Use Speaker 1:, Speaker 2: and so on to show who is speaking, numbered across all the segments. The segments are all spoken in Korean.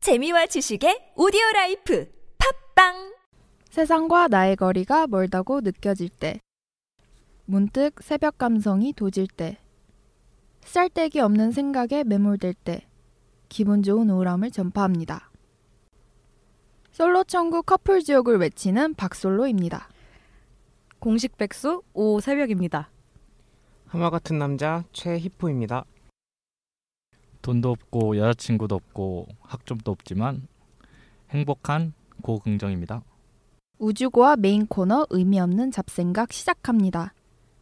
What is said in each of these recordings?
Speaker 1: 재미와 지식의 오디오 라이프 팝빵
Speaker 2: 세상과 나의 거리가 멀다고 느껴질 때. 문득 새벽 감성이 도질 때. 쓸데기 없는 생각에 매몰될 때. 기분 좋은 우울함을 전파합니다. 솔로 천국 커플 지옥을 외치는 박솔로입니다.
Speaker 3: 공식 백수 오 새벽입니다.
Speaker 4: 하마 같은 남자 최히포입니다.
Speaker 5: 돈도 없고 여자친구도 없고 학점도 없지만 행복한 고긍정입니다.
Speaker 2: 우주고와 메인 코너 의미 없는 잡생각 시작합니다.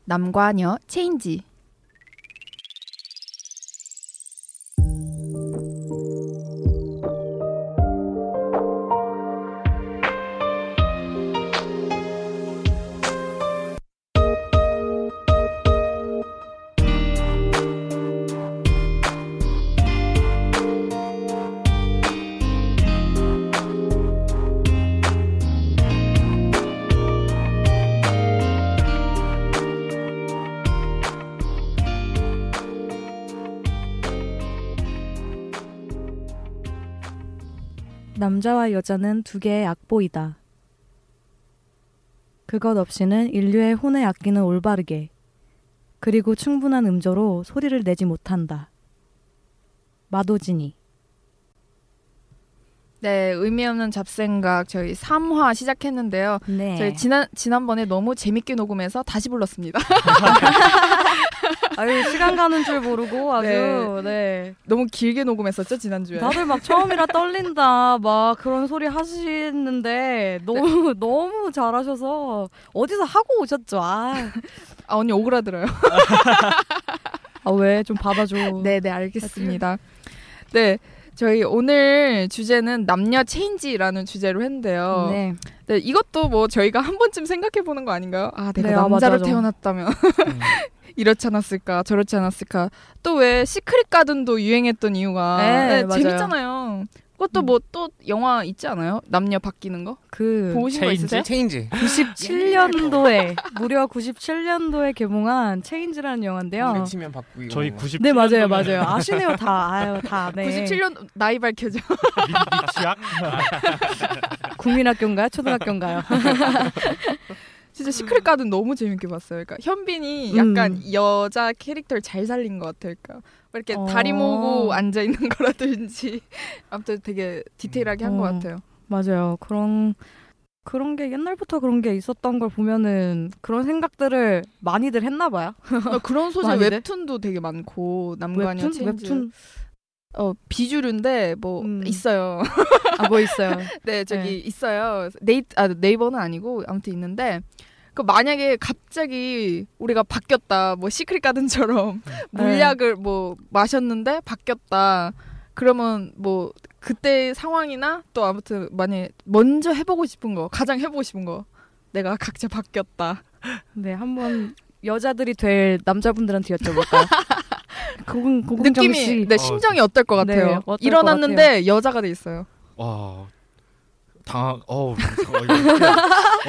Speaker 2: 남과 녀 체인지.
Speaker 3: 남자와 여자는 두 개의 악보이다. 그것 없이는 인류의 혼의 악기는 올바르게 그리고 충분한 음조로 소리를 내지 못한다. 마도진이
Speaker 2: 네, 의미 없는 잡생각 저희 3화 시작했는데요.
Speaker 3: 네.
Speaker 2: 저희 지난 지난번에 너무 재밌게 녹음해서 다시 불렀습니다.
Speaker 3: 아유 시간 가는 줄 모르고 아주
Speaker 2: 네.
Speaker 3: 네.
Speaker 2: 너무 길게 녹음했었죠 지난주에.
Speaker 3: 다들 막 처음이라 떨린다 막 그런 소리 하시는데 너무 너무 잘하셔서 어디서 하고 오셨죠? 아왜
Speaker 2: 아 언니 오그라들어요.
Speaker 3: 좀 받아줘.
Speaker 2: 네, 네 알겠습니다. 네, 저희 오늘 주제는 남녀 체인지라는 주제로 했는데요. 네.
Speaker 3: 네.
Speaker 2: 이것도 뭐 저희가 한 번쯤 생각해 보는 거 아닌가요? 아, 내가
Speaker 3: 네, 아,
Speaker 2: 남자로
Speaker 3: 맞아요.
Speaker 2: 태어났다면
Speaker 5: 음.
Speaker 2: 이렇지 않았을까, 저렇지 않았을까. 또 왜 시크릿 가든도 유행했던 이유가
Speaker 3: 네, 맞아요.
Speaker 2: 재밌잖아요. 그것도
Speaker 3: 음.
Speaker 2: 뭐 또 영화 있지 않아요? 남녀 바뀌는 거
Speaker 3: 그
Speaker 2: 보신 거
Speaker 5: 체인지?
Speaker 2: 있으세요?
Speaker 4: 체인지.
Speaker 2: 네.
Speaker 3: 97년도에 무려 97년도에 개봉한 체인지라는 영화인데요.
Speaker 2: 네,
Speaker 4: 우리 치면 바꾸기.
Speaker 5: 저희 90.
Speaker 3: 네 맞아요 맞아요 아시네요 다 아유 다 네.
Speaker 2: 97년 나이 밝혀져.
Speaker 5: 취약.
Speaker 3: 국민학교인가요 초등학교인가요?
Speaker 2: 진짜 시크릿 가든 너무 재밌게 봤어요. 그러니까 현빈이 약간
Speaker 3: 음.
Speaker 2: 여자 캐릭터를 잘 살린 것 같아요. 그러니까 막 이렇게
Speaker 3: 어.
Speaker 2: 다리 모으고 앉아 있는 거라든지 아무튼 되게 디테일하게 한
Speaker 3: 어.
Speaker 2: 것 같아요.
Speaker 3: 맞아요 그런 그런 게 옛날부터 그런 게 있었던 걸 보면은 그런 생각들을 많이들 했나 봐요.
Speaker 2: 아, 그런 소재
Speaker 3: 많이 돼?
Speaker 2: 웹툰도 되게 많고 남관여
Speaker 3: 웹툰
Speaker 2: 체인지
Speaker 3: 웹툰
Speaker 2: 어 비주류인데 뭐
Speaker 3: 음.
Speaker 2: 있어요.
Speaker 3: 아 뭐 있어요.
Speaker 2: 네 저기
Speaker 3: 네.
Speaker 2: 있어요. 네이 아 네이버는 아니고 아무튼 있는데 그 만약에 갑자기 우리가 바뀌었다 뭐 시크릿 가든처럼
Speaker 3: 음.
Speaker 2: 물약을 뭐 마셨는데 바뀌었다. 그러면 뭐 그때 상황이나 또 아무튼 만약 먼저 해보고 싶은 거 가장 해보고 싶은 거 내가 각자 바뀌었다.
Speaker 3: 네 한번 여자들이 될 남자분들한테 여쭤볼까. 고공 고공정
Speaker 2: 느낌이
Speaker 3: 씨
Speaker 2: 내 심정이 어떨 것
Speaker 3: 네,
Speaker 2: 같아요.
Speaker 3: 어떨 것
Speaker 2: 일어났는데 여자가 돼 있어요.
Speaker 5: 와. 당황. 어우. 어, 이거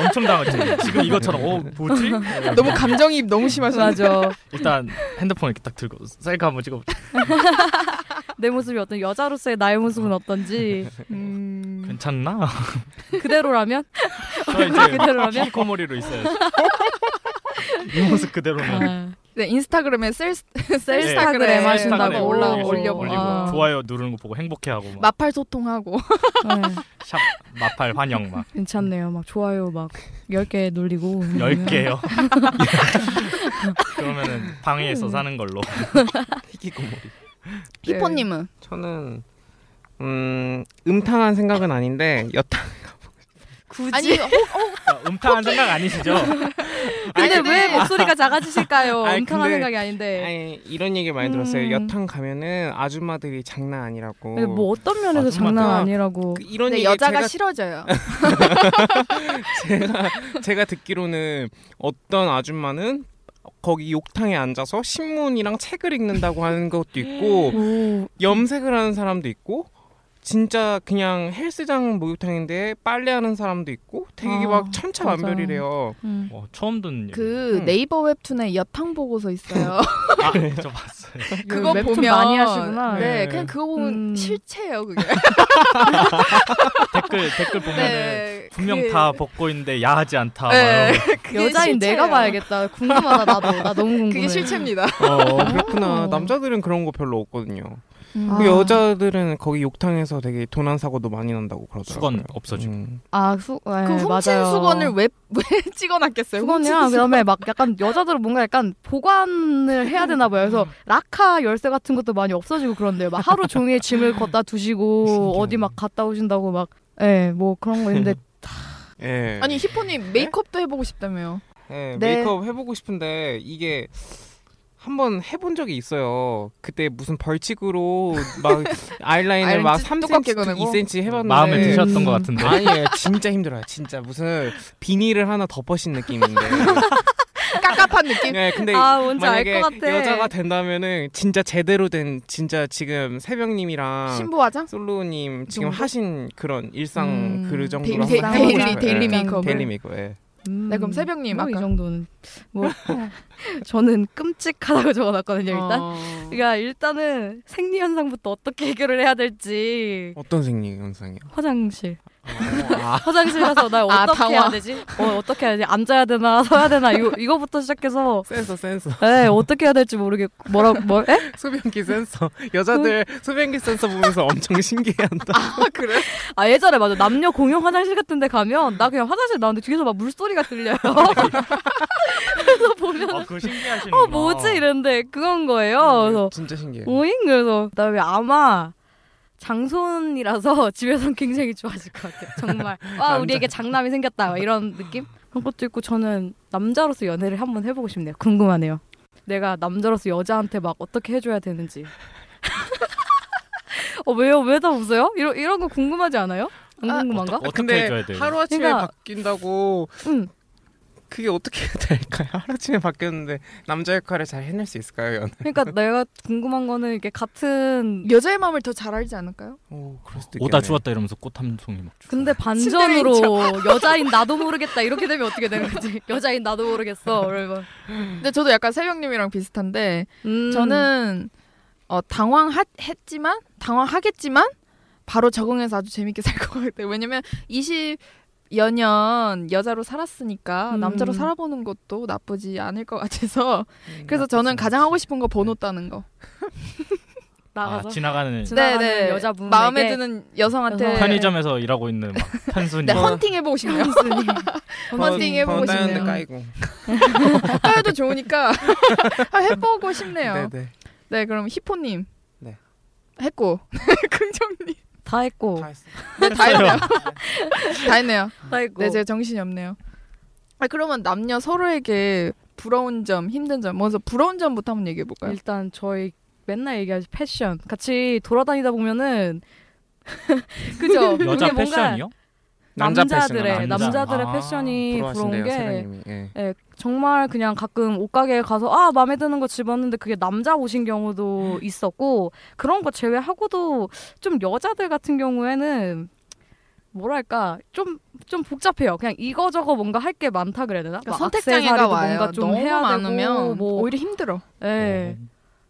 Speaker 5: 엄청 당황했지. 지금 이것처럼 어 뭐지? 어,
Speaker 2: 너무 감정이입 너무 심하셔.
Speaker 3: 맞아
Speaker 5: 일단 핸드폰 이렇게 딱 들고 셀카 한번 찍어.
Speaker 3: 내 모습이 어떤 여자로서의 나의 모습은 어떤지
Speaker 2: 음,
Speaker 5: 괜찮나?
Speaker 3: 그대로라면
Speaker 5: 저 이제
Speaker 3: 아, 그대로라면
Speaker 5: 피코머리로 있어요. 이 모습 그대로만.
Speaker 3: 아,
Speaker 2: 네, 인스타그램에 셀
Speaker 3: 셀스타그램
Speaker 2: 셀스타그램
Speaker 3: 하신다고
Speaker 5: 네, 인스타그램에
Speaker 2: 올라
Speaker 5: 올리고,
Speaker 2: 올려보고. 어.
Speaker 5: 올리고
Speaker 3: 아.
Speaker 5: 좋아요 누르는 거 보고 행복해하고 막
Speaker 2: 마팔 소통하고
Speaker 3: 네,
Speaker 5: 샵 마팔 환영 막
Speaker 3: 괜찮네요. 막 좋아요 막 10개 눌리고
Speaker 5: 10개요. 그러면은 방에서 사는 걸로.
Speaker 4: 희귀고모리.
Speaker 2: 네. 히포님은
Speaker 4: 저는 음 음탕한 생각은 아닌데 여탕.
Speaker 3: 굳이
Speaker 2: 아니 호,
Speaker 5: 아, 음탕한 생각 아니시죠?
Speaker 3: 근데
Speaker 4: 아니,
Speaker 3: 왜 목소리가 작아지실까요?
Speaker 4: 아니,
Speaker 3: 엄청한
Speaker 4: 근데-
Speaker 3: 생각이 아닌데.
Speaker 4: 아니 이런 얘기 많이 들었어요.
Speaker 3: 네. 음.
Speaker 4: 여탕 가면은 아줌마들이 장난 아니라고.
Speaker 3: 근데 뭐 어떤 면에서
Speaker 5: 아,
Speaker 3: 장난
Speaker 4: 정말.
Speaker 3: 아니라고.
Speaker 4: 그 이런
Speaker 2: 네,
Speaker 4: 얘기
Speaker 2: 여자가
Speaker 4: 제가
Speaker 2: 싫어져요.
Speaker 4: 제가 제가 듣기로는 어떤 아줌마는 거기 욕탕에 앉아서 신문이랑 책을 읽는다고 하는 것도 있고
Speaker 3: 오,
Speaker 4: 염색을 하는 사람도 있고 진짜 그냥 헬스장 목욕탕인데 빨래하는 사람도 있고 되게
Speaker 2: 아,
Speaker 4: 막 천차만별이래요.
Speaker 3: 음.
Speaker 5: 어, 처음 듣는
Speaker 2: 그
Speaker 4: 음.
Speaker 2: 네이버 웹툰에 여탕 보고서 있어요.
Speaker 5: 얘기. 아, 저 봤어요.
Speaker 2: 그거
Speaker 3: 웹툰
Speaker 2: 보면
Speaker 3: 많이 하시구나.
Speaker 2: 네,
Speaker 4: 네.
Speaker 2: 그냥 그거 보면
Speaker 3: 음.
Speaker 2: 실체예요, 그게.
Speaker 5: 댓글 댓글 보면은
Speaker 2: 네,
Speaker 5: 분명
Speaker 2: 그게-
Speaker 5: 다 벗고 있는데 야하지 않다.
Speaker 2: 네,
Speaker 5: 막
Speaker 2: 그게
Speaker 3: 여자인 내가
Speaker 2: 실체예요.
Speaker 3: 봐야겠다. 궁금하다 나도. 나 너무 궁금해.
Speaker 2: 그게 실체입니다.
Speaker 4: 어, 그렇구나.
Speaker 3: 오.
Speaker 4: 남자들은 그런 거 별로 없거든요.
Speaker 2: 음.
Speaker 4: 그
Speaker 3: 아.
Speaker 4: 여자들은 거기 욕탕에서 되게 도난 사고도 많이 난다고 그러더라고요.
Speaker 5: 수건 없어지고.
Speaker 4: 음.
Speaker 3: 아, 수, 네,
Speaker 2: 그 훔친
Speaker 3: 맞아요. 아,
Speaker 2: 수건을 왜, 왜
Speaker 3: 네,
Speaker 2: 찍어놨겠어요?
Speaker 3: 수건이랑
Speaker 2: 훔친
Speaker 3: 그다음에 막 약간 여자들은 뭔가 약간 보관을 해야 되나 봐요. 그래서 라카 열쇠 같은 것도 많이 없어지고 그런데요. 막 하루 종일 짐을 걷다 두시고
Speaker 4: 신기하네.
Speaker 3: 어디 막 갔다 오신다고 막 예, 뭐 그런 거 있는데
Speaker 4: 예.
Speaker 2: 아니 히포님 메이크업도 해보고 싶다며요.
Speaker 4: 예,
Speaker 3: 네.
Speaker 4: 메이크업 해보고 싶은데 이게 한번 해본 적이 있어요. 그때 무슨 벌칙으로 막 아이라인을
Speaker 2: 아이라인
Speaker 4: 막
Speaker 2: 찌- 두껍게
Speaker 4: 3cm,
Speaker 2: 꺼내고?
Speaker 4: 2cm 해봤는데
Speaker 5: 마음에 드셨던 것
Speaker 3: 음.
Speaker 5: 같은데.
Speaker 4: 아니에요, 진짜 힘들어요. 진짜 무슨 비닐을 하나 덮어신 느낌인데.
Speaker 2: 깝깝한 느낌.
Speaker 4: 네, 근데
Speaker 3: 아, 뭔지 알
Speaker 4: 만약에
Speaker 3: 것 같아.
Speaker 4: 여자가 된다면은 진짜 제대로 된 진짜 지금 새벽님이랑
Speaker 2: 신부 화장?
Speaker 4: 솔로님 지금
Speaker 2: 정도?
Speaker 4: 하신 그런 일상
Speaker 3: 음,
Speaker 4: 그 정도로
Speaker 2: 데일리-
Speaker 4: 한번
Speaker 2: 데일리-
Speaker 4: 해보고 싶어요.
Speaker 2: 데일리
Speaker 4: 예,
Speaker 2: 메이크업을.
Speaker 4: 데일리 메이크업. 예.
Speaker 3: 음,
Speaker 2: 네, 그럼 새벽님
Speaker 3: 뭐이
Speaker 2: 아까.
Speaker 3: 정도는 뭐 저는 끔찍하다고 적어놨거든요. 일단
Speaker 2: 어.
Speaker 3: 그러니까 일단은 생리 현상부터 어떻게 해결을 해야 될지
Speaker 4: 어떤 생리 현상이요?
Speaker 3: 화장실
Speaker 4: 아,
Speaker 3: 화장실 가서 나
Speaker 2: 아,
Speaker 3: 어떻게
Speaker 2: 당황.
Speaker 3: 해야 되지? 어, 어떻게 해야 되지? 앉아야 되나 서야 되나 이거 이거부터 시작해서
Speaker 4: 센서 센서
Speaker 3: 에 어떻게 해야 될지 모르겠고 뭐라 뭐 에?
Speaker 4: 소변기 센서 어, 여자들 소변기 센서 보면서 엄청 신기해한다.
Speaker 2: 아 그래?
Speaker 3: 아 예전에 맞아 남녀 공용 화장실 같은데 가면 나 그냥 화장실 나오는데 뒤에서 막 물소리가 들려요. 그래서 보면
Speaker 5: 아, 네. 그거 신기하시는.
Speaker 3: 어 뭐지 이랬는데 그건 거예요. 그래서
Speaker 4: 진짜 신기해.
Speaker 3: 오잉 그래서 그다음에 아마 장손이라서 집에선 굉장히 좋아질 것 같아요. 정말 와
Speaker 4: 남자.
Speaker 3: 우리에게 장남이 생겼다 막 이런 느낌 그런 것도 있고 저는 남자로서 연애를 한번 해보고 싶네요. 궁금하네요. 내가 남자로서 여자한테 막 어떻게 해줘야 되는지. 어 왜요 왜 다 웃어요? 이런 이런 거 궁금하지 않아요? 안
Speaker 2: 아,
Speaker 3: 궁금한가?
Speaker 5: 어떡- 어떻게
Speaker 4: 근데
Speaker 5: 해줘야 돼요?
Speaker 4: 하루 아침에
Speaker 3: 그러니까-
Speaker 4: 바뀐다고
Speaker 3: 응.
Speaker 4: 그게 어떻게 해야 될까요? 하루 아침에 바뀌었는데 남자 역할을 잘 해낼 수 있을까요? 연?
Speaker 3: 그러니까 내가 궁금한 거는 이게 같은
Speaker 2: 여자의 마음을 더 잘 알지 않을까요?
Speaker 4: 오, 그럴 수도
Speaker 5: 오다 주웠다 이러면서 꽃 한 송이 막. 주워.
Speaker 3: 근데 반전으로 여자인 나도 모르겠다 이렇게 되면 어떻게 되는 거지? 여자인 나도 모르겠어. 그러면
Speaker 2: 근데 저도 약간 새벽님이랑 비슷한데
Speaker 3: 음.
Speaker 4: 아,
Speaker 2: 저는 어, 당황했지만 당황하겠지만 바로 적응해서 아주 재밌게 살 것 같아요. 왜냐면 20여 년 여자로 살았으니까
Speaker 3: 음.
Speaker 2: 남자로 살아보는 것도 나쁘지 않을 것 같아서
Speaker 4: 음,
Speaker 2: 그래서 저는 가장 하고 싶은 거 번호 따는 거. 네,
Speaker 3: 나가서
Speaker 5: 아, 지나가는
Speaker 3: 네. 지나가는 여자분에게
Speaker 2: 마음에 드는 여성한테
Speaker 3: 여성.
Speaker 5: 편의점에서 일하고 있는 막 탄순이.
Speaker 2: 네, 헌팅 해보고 싶네요. 헌팅 해보고
Speaker 4: 다른데
Speaker 2: 싶네요.
Speaker 4: 까이고.
Speaker 2: 까여도 좋으니까 아, 해보고 싶네요. 네,
Speaker 4: 네네.
Speaker 2: 그럼 히포님.
Speaker 4: 네.
Speaker 2: 했고 긍정님
Speaker 3: 다 했고
Speaker 4: 다 했어.
Speaker 2: 네, 다 했네요. 다 했네요.
Speaker 3: 다 했고
Speaker 2: 네, 제가 정신이 없네요. 아 그러면 남녀 서로에게 부러운 점, 힘든 점, 먼저 부러운 점부터 한번 얘기해 볼까요?
Speaker 3: 일단 저희 맨날 얘기하지 패션 같이 돌아다니다 보면은 그죠?
Speaker 5: 여자
Speaker 3: 이게 뭔가
Speaker 5: 패션이요?
Speaker 4: 남자
Speaker 3: 남자들의
Speaker 4: 패션은 남자.
Speaker 3: 남자. 들의
Speaker 5: 아,
Speaker 3: 패션이 부러운
Speaker 4: 부러워하신대요,
Speaker 3: 게
Speaker 4: 사장님이. 예.
Speaker 3: 예, 정말 그냥 가끔 옷가게에 가서 아 마음에 드는 거 집었는데 그게 남자 옷인 경우도
Speaker 2: 음.
Speaker 3: 있었고 그런 거 제외하고도 좀 여자들 같은 경우에는 뭐랄까 좀 좀 복잡해요. 그냥 이거 저거 뭔가 할 게 많다 그래야 되나?
Speaker 2: 그러니까
Speaker 3: 막
Speaker 2: 선택장애가
Speaker 3: 액세서리도
Speaker 2: 와요.
Speaker 3: 뭔가 좀
Speaker 2: 너무
Speaker 3: 해야 되고
Speaker 2: 많으면 네.
Speaker 3: 뭐
Speaker 2: 오히려 힘들어.
Speaker 3: 예,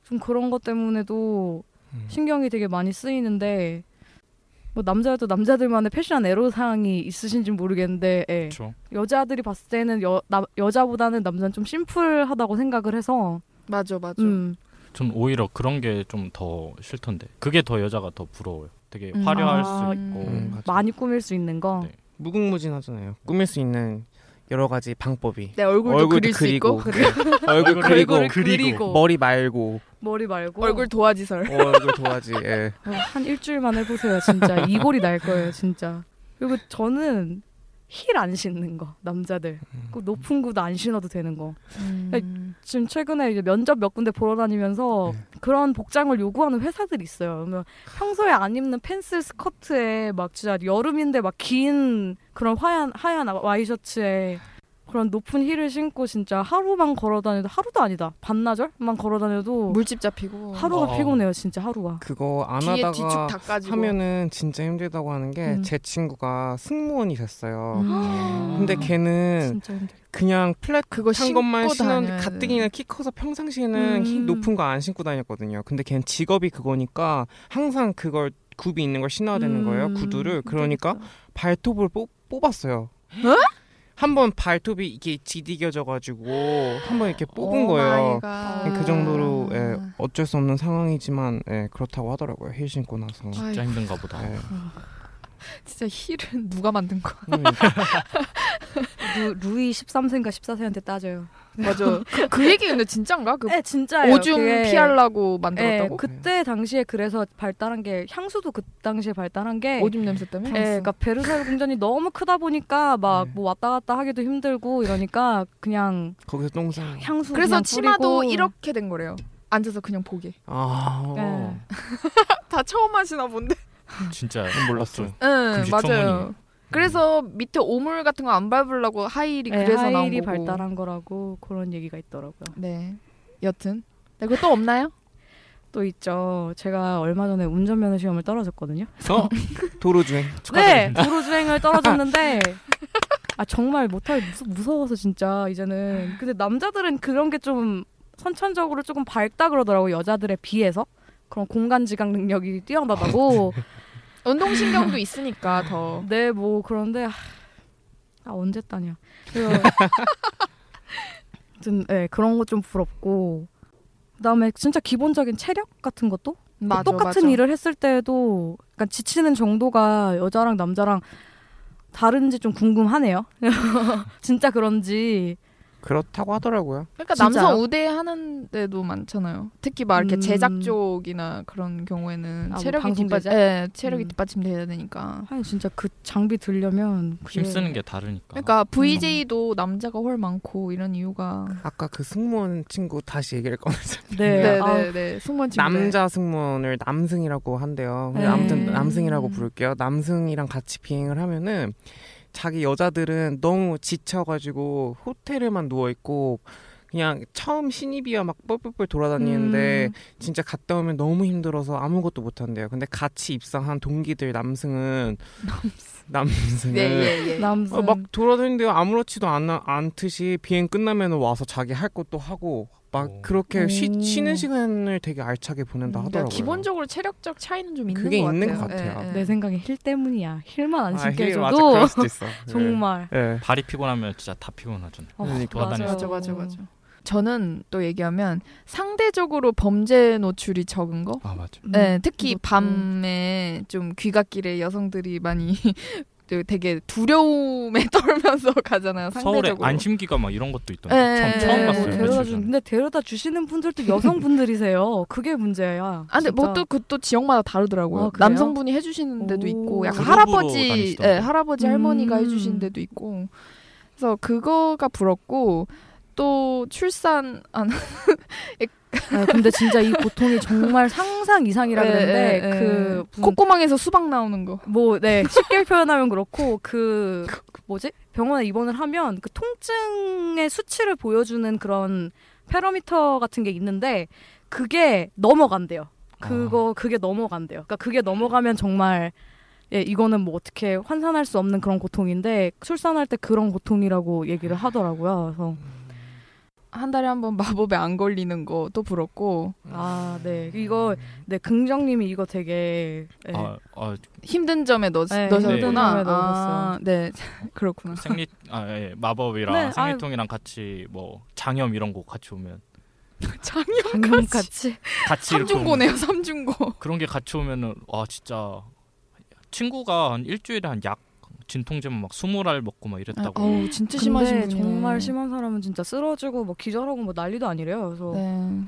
Speaker 3: 좀 그런 것 때문에도
Speaker 4: 음.
Speaker 3: 신경이 되게 많이 쓰이는데 뭐 남자도 남자들만의 패션 애로 사항이 있으신지 모르겠는데 예.
Speaker 5: 그렇죠.
Speaker 3: 여자들이 봤을 때는 여, 나, 여자보다는 남자는 좀 심플하다고 생각을 해서
Speaker 2: 맞아, 맞아.
Speaker 3: 음.
Speaker 5: 전 오히려 그런 게 좀 더 싫던데. 그게 더 여자가 더 부러워요. 되게
Speaker 2: 음.
Speaker 5: 화려할
Speaker 3: 아,
Speaker 5: 수 있고.
Speaker 4: 음, 맞아.
Speaker 3: 많이 꾸밀 수 있는 거
Speaker 5: 네.
Speaker 4: 무궁무진하잖아요. 꾸밀 수 있는 여러 가지 방법이.
Speaker 2: 내 얼굴도,
Speaker 4: 얼굴도
Speaker 2: 그릴 수 있고
Speaker 4: 그리고. 네.
Speaker 2: 그리고
Speaker 4: 얼굴 그리고
Speaker 5: 얼굴을 그리고.
Speaker 4: 머리 말고 어,
Speaker 3: 머리 말고
Speaker 2: 얼굴 도화지설.
Speaker 4: 얼굴 도화지. 예.
Speaker 3: 어, 한 일주일만 해보세요 진짜 이골이 날 거예요 진짜 그리고 저는 힐 안 신는 거 남자들 그 높은 구도 안 신어도 되는 거
Speaker 2: 음.
Speaker 3: 지금 최근에 이제 면접 몇 군데 보러 다니면서 그런 복장을 요구하는 회사들이 있어요. 그러면 평소에 안 입는 팬츠 스커트에 막 진짜 여름인데 막 긴 아, 그런 하얀 하얀 와이셔츠에 그런 높은 힐을 신고 진짜 하루만 걸어 다녀도 하루도 아니다. 반나절만 걸어 다녀도
Speaker 2: 물집 잡히고
Speaker 3: 하루가
Speaker 5: 어.
Speaker 3: 피곤해요. 진짜 하루가.
Speaker 4: 그거 안
Speaker 2: 뒤에 뒤축
Speaker 4: 하다가
Speaker 2: 다 까지고
Speaker 4: 하면은 진짜 힘들다고 하는 게
Speaker 2: 음.
Speaker 4: 제 친구가 승무원이 됐어요.
Speaker 2: 음.
Speaker 4: 근데 걔는
Speaker 3: 아, 진짜 힘들어.
Speaker 4: 그냥 플랫
Speaker 2: 그거
Speaker 4: 탄 것만
Speaker 2: 신고
Speaker 4: 신은
Speaker 2: 다녀야
Speaker 4: 가뜩이나 키 커서 평상시에는 키
Speaker 2: 음.
Speaker 4: 높은 거 안 신고 다녔거든요. 근데 걔는 직업이 그거니까 항상 그걸 굽이 있는 걸 신어야 되는 거예요.
Speaker 2: 음.
Speaker 4: 구두를. 그러니까 발톱을 뽑, 뽑았어요.
Speaker 2: 에?
Speaker 4: 한 번 발톱이 이게 지디겨져가지고 한 번 이렇게 뽑은
Speaker 2: 오
Speaker 4: 거예요.
Speaker 2: 마이 갓.
Speaker 4: 그 정도로 예, 어쩔 수 없는 상황이지만 예, 그렇다고 하더라고요. 힐 신고 나서.
Speaker 2: 아이,
Speaker 5: 진짜 힘든가 보다.
Speaker 4: 예.
Speaker 2: 진짜 힐은 누가 만든 거야?
Speaker 3: 루, 루이 13세인가 14세한테 따져요.
Speaker 2: 맞아. 그, 그 얘기 근데 진짠가? 그
Speaker 3: 네, 진짜예요.
Speaker 2: 오줌
Speaker 3: 그게.
Speaker 2: 피하려고
Speaker 3: 예,
Speaker 2: 만들었다고?
Speaker 3: 그때 당시에 그래서 발달한 게 향수도 그 당시에 발달한 게
Speaker 2: 오줌 냄새 때문에?
Speaker 3: 그, 예, 그러니까 베르사유 궁전이 너무 크다 보니까 막
Speaker 4: 네.
Speaker 3: 뭐 왔다 갔다 하기도 힘들고 이러니까 그냥
Speaker 4: 거기서 똥상.
Speaker 3: 향수
Speaker 2: 그래서
Speaker 3: 그냥
Speaker 2: 치마도
Speaker 3: 뿌리고
Speaker 2: 이렇게 된 거래요. 앉아서 그냥 보게.
Speaker 4: 아,
Speaker 3: 네.
Speaker 2: 다 처음 하시나 본데.
Speaker 5: 진짜
Speaker 4: 몰랐어.
Speaker 2: 응, 맞아요.
Speaker 5: 금시초문이네.
Speaker 2: 그래서 밑에 오물 같은 거 안 밟으려고 하이힐이
Speaker 3: 예,
Speaker 2: 그래서 나온
Speaker 3: 하이힐이
Speaker 2: 거고.
Speaker 3: 발달한 거라고 그런 얘기가 있더라고요.
Speaker 2: 네. 여튼. 네, 그거 또 없나요?
Speaker 3: 또 있죠. 제가 얼마 전에 운전면허 시험을 떨어졌거든요.
Speaker 4: 어? 도로 주행.
Speaker 3: 네, 도로 주행을 떨어졌는데 아 정말 못할 무서, 무서워서 진짜 이제는 근데 남자들은 그런 게 좀 선천적으로 조금 밝다 그러더라고 요 여자들에 비해서 그런 공간 지각 능력이 뛰어나다고
Speaker 2: 운동신경도 있으니까 더.
Speaker 3: 네, 뭐 그런데 아, 아, 언제 따냐. 그래서 아무튼 네, 그런 거 좀 부럽고 그다음에 진짜 기본적인 체력 같은 것도
Speaker 2: 맞아,
Speaker 3: 똑같은
Speaker 2: 어, 맞아.
Speaker 3: 일을 했을 때도 약간 지치는 정도가 여자랑 남자랑 다른지 좀 궁금하네요. 진짜 그런지
Speaker 4: 그렇다고 하더라고요.
Speaker 2: 그러니까
Speaker 3: 진짜요?
Speaker 2: 남성 우대하는 데도 많잖아요. 특히 막 이렇게
Speaker 3: 음.
Speaker 2: 제작 쪽이나 그런 경우에는
Speaker 3: 아, 뭐
Speaker 2: 체력이
Speaker 3: 방송
Speaker 2: 뒷받침,
Speaker 3: 제작?
Speaker 2: 예, 체력이
Speaker 3: 음.
Speaker 2: 뒷받침돼야 되니까.
Speaker 3: 아니 진짜 그 장비 들려면 그게-
Speaker 5: 힘쓰는 게 다르니까.
Speaker 2: 그러니까
Speaker 3: 음.
Speaker 2: VJ도 남자가 훨 많고 이런 이유가
Speaker 4: 아까 그 승무원 친구 다시 얘기를 꺼내서
Speaker 3: 네,
Speaker 2: 네네네
Speaker 3: 아,
Speaker 2: 승무원 친구
Speaker 4: 남자 승무원을 남승이라고 한대요. 근데
Speaker 3: 네.
Speaker 4: 아무튼 남승이라고 부를게요. 남승이랑 같이 비행을 하면은 자기 여자들은 너무 지쳐가지고 호텔에만 누워 있고 그냥 처음 신입이야 막 뻘뻘뻘 돌아다니는데 진짜 갔다 오면 너무 힘들어서 아무것도 못 한대요. 근데 같이 입사한 동기들 남승은 남승은
Speaker 2: 네, 예예예
Speaker 3: 남성
Speaker 4: 어, 막
Speaker 2: 음.
Speaker 4: 돌아다니는데 아무렇지도 않, 않듯이 비행 끝나면 와서 자기 할 것도 하고 막
Speaker 5: 오.
Speaker 4: 그렇게 쉬,
Speaker 3: 오.
Speaker 4: 쉬는 시간을 되게 알차게
Speaker 3: 음.
Speaker 4: 보낸다 하더라고요.
Speaker 2: 음. 그러니까 기본적으로 체력적 차이는 좀 있는
Speaker 4: 그게
Speaker 2: 것
Speaker 4: 있는
Speaker 2: 같아요.
Speaker 4: 것 같아요.
Speaker 2: 예, 예.
Speaker 3: 내 생각에 힐 때문이야. 힐만 안
Speaker 4: 아,
Speaker 3: 신게
Speaker 4: 힐,
Speaker 3: 해줘도
Speaker 4: 맞아, 그럴 수도 있어. 예.
Speaker 3: 정말
Speaker 4: 예.
Speaker 5: 발이 피곤하면 진짜 다 피곤하잖아요.
Speaker 3: 어,
Speaker 4: 그러니까.
Speaker 3: 맞아요.
Speaker 2: 맞아 맞아 맞아. 저는 또 얘기하면 상대적으로 범죄 노출이 적은 거.
Speaker 5: 아 맞아.
Speaker 3: 음,
Speaker 2: 네, 특히
Speaker 3: 이것도.
Speaker 2: 밤에 좀 귀갓길에 여성들이 많이 그 되게 두려움에 떨면서 가잖아요.
Speaker 5: 서울에
Speaker 2: 상대적으로.
Speaker 5: 안심기가 막 이런 것도 있던데
Speaker 2: 예,
Speaker 5: 처음,
Speaker 2: 예,
Speaker 5: 처음
Speaker 2: 예.
Speaker 5: 봤어요. 그
Speaker 2: 네,
Speaker 3: 뭐 데려다
Speaker 5: 며칠
Speaker 3: 주,
Speaker 5: 전에.
Speaker 3: 근데 데려다 주시는 분들도 여성분들이세요. 그게 문제야.
Speaker 2: 아, 근데
Speaker 3: 진짜.
Speaker 2: 뭐또 그 또 지역마다 다르더라고요.
Speaker 3: 아, 그래요?
Speaker 2: 남성분이 해주시는 데도
Speaker 3: 오.
Speaker 2: 있고, 약간
Speaker 5: 그룹으로
Speaker 2: 할아버지,
Speaker 5: 다니시던데.
Speaker 2: 예, 할아버지 할머니가
Speaker 3: 음.
Speaker 2: 해주시는 데도 있고, 그래서 그거가 부럽고 또 출산 안
Speaker 3: 아, 근데 진짜 이 고통이 정말 상상 이상이라
Speaker 2: 예,
Speaker 3: 그런데
Speaker 2: 예, 예.
Speaker 3: 그 분-
Speaker 2: 콧구멍에서 수박 나오는 거.
Speaker 3: 뭐, 네, 쉽게 표현하면 그렇고, 그, 뭐지? 병원에 입원을 하면 그 통증의 수치를 보여주는 그런 패러미터 같은 게 있는데, 그게 넘어간대요. 그거, 그게 넘어간대요. 그러니까 그게 넘어가면 정말, 예, 이거는 뭐 어떻게 환산할 수 없는 그런 고통인데, 출산할 때 그런 고통이라고 얘기를 하더라고요. 그래서,
Speaker 2: 한 달에 한 번 마법에 안 걸리는 거 또 부럽고
Speaker 3: 아, 네. 이거, 네, 긍정님이 이거 되게,
Speaker 2: 네.
Speaker 3: 예.
Speaker 5: 아, 아
Speaker 2: 힘든 점에 넣,
Speaker 3: 네,
Speaker 5: 힘든
Speaker 2: 넣으셨구나.
Speaker 3: 점에
Speaker 2: 아, 네, 그렇구나.
Speaker 5: 생리 아 예, 마법이랑
Speaker 3: 네,
Speaker 5: 생리통이랑 같이 뭐 장염 이런 거 같이 오면
Speaker 2: 작년까지
Speaker 3: 방금같이.
Speaker 5: 같이 이렇게
Speaker 2: 삼중고네요,
Speaker 5: 오면
Speaker 2: 삼중고.
Speaker 5: 그런 게 같이 오면은 와 진짜 친구가 한 일주일에 한 약 진통제만 막 스무 알 먹고 막 이랬다고.
Speaker 2: 아, 어우 진짜 심하신
Speaker 3: 근데
Speaker 2: 분이네.
Speaker 3: 정말 심한 사람은 진짜 쓰러지고 뭐 기절하고 뭐 난리도 아니래요. 그래서
Speaker 2: 네.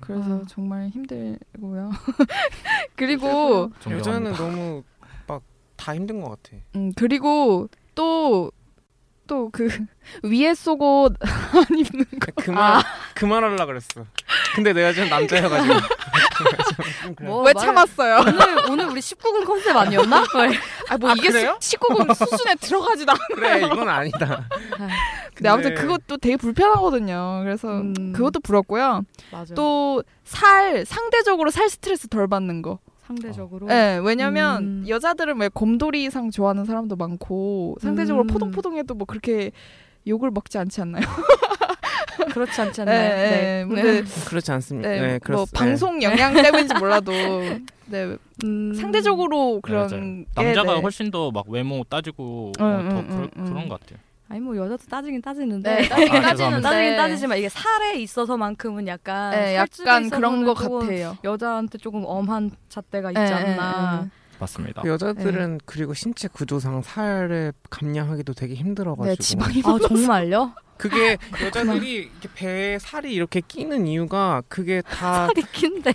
Speaker 2: 그래서
Speaker 5: 음.
Speaker 3: 아유.
Speaker 2: 정말 힘들고요. 그리고
Speaker 5: 존경합니다. 네,
Speaker 4: 여자는 너무 막 다 힘든 것 같아.
Speaker 2: 음, 그리고 또 또 그 위에 속옷 안 입는 아.
Speaker 4: 그만 그만하려 그랬어. 근데 내가 지금 남자여가지고. 좀 그래.
Speaker 3: 뭐
Speaker 2: 왜
Speaker 3: 말해-
Speaker 2: 참았어요?
Speaker 3: 오늘 오늘 우리 19금 컨셉 아니었나?
Speaker 2: 아 뭐
Speaker 4: 아,
Speaker 2: 이게
Speaker 4: 그래요?
Speaker 2: 19금 수준에 들어가지도 않아.
Speaker 4: 그래 이건 아니다. 뭐
Speaker 2: 근데 아무튼
Speaker 5: 네.
Speaker 4: 그래.
Speaker 2: 그것도 되게 불편하거든요. 그래서
Speaker 3: 음.
Speaker 2: 그것도 부럽고요.
Speaker 3: 맞아.
Speaker 2: 또 살 상대적으로 살 스트레스 덜 받는 거.
Speaker 3: 상대적으로
Speaker 2: 네, 왜냐면
Speaker 3: 음.
Speaker 2: 여자들은 왜 곰돌이상 좋아하는 사람도 많고 상대적으로
Speaker 3: 음.
Speaker 2: 포동포동해도 뭐 그렇게 욕을 먹지 않지 않나요?
Speaker 3: 그렇지 않지
Speaker 2: 네,
Speaker 3: 않나요?
Speaker 2: 네. 근데
Speaker 4: 그렇지 않습니다.
Speaker 2: 네,
Speaker 4: 네,
Speaker 2: 뭐
Speaker 4: 그렇습니다.
Speaker 2: 방송 영향 때문인지 몰라도 네,
Speaker 3: 음.
Speaker 2: 상대적으로
Speaker 5: 네, 맞아요.
Speaker 2: 그런 게,
Speaker 5: 남자가
Speaker 2: 네. 음,
Speaker 5: 훨씬 더 막 외모 따지고
Speaker 2: 응,
Speaker 5: 어, 더
Speaker 2: 응,
Speaker 5: 그런-
Speaker 2: 응, 응.
Speaker 5: 그런 것 같아요.
Speaker 3: 아니 뭐 여자도 따지긴 따지는데
Speaker 2: 네, 따지긴
Speaker 5: 아,
Speaker 2: 따지는데
Speaker 5: 죄송합니다.
Speaker 3: 따지긴 따지지만 이게 살에 있어서만큼은 약간
Speaker 2: 네,
Speaker 3: 살집에
Speaker 2: 약간 그런 것
Speaker 3: 있어서는 조금
Speaker 2: 같아요.
Speaker 3: 여자한테 조금 엄한 잣대가 있지
Speaker 2: 네,
Speaker 3: 않나.
Speaker 2: 네,
Speaker 5: 맞습니다.
Speaker 4: 그 여자들은 그리고 신체 구조상 살을 감량하기도 되게 힘들어가지고
Speaker 2: 네, 지방이
Speaker 3: 아 정말요?
Speaker 4: 그게
Speaker 2: 아,
Speaker 4: 여자들이 이렇게 배에 살이 이렇게 끼는 이유가 그게 다
Speaker 3: 살이 낀데.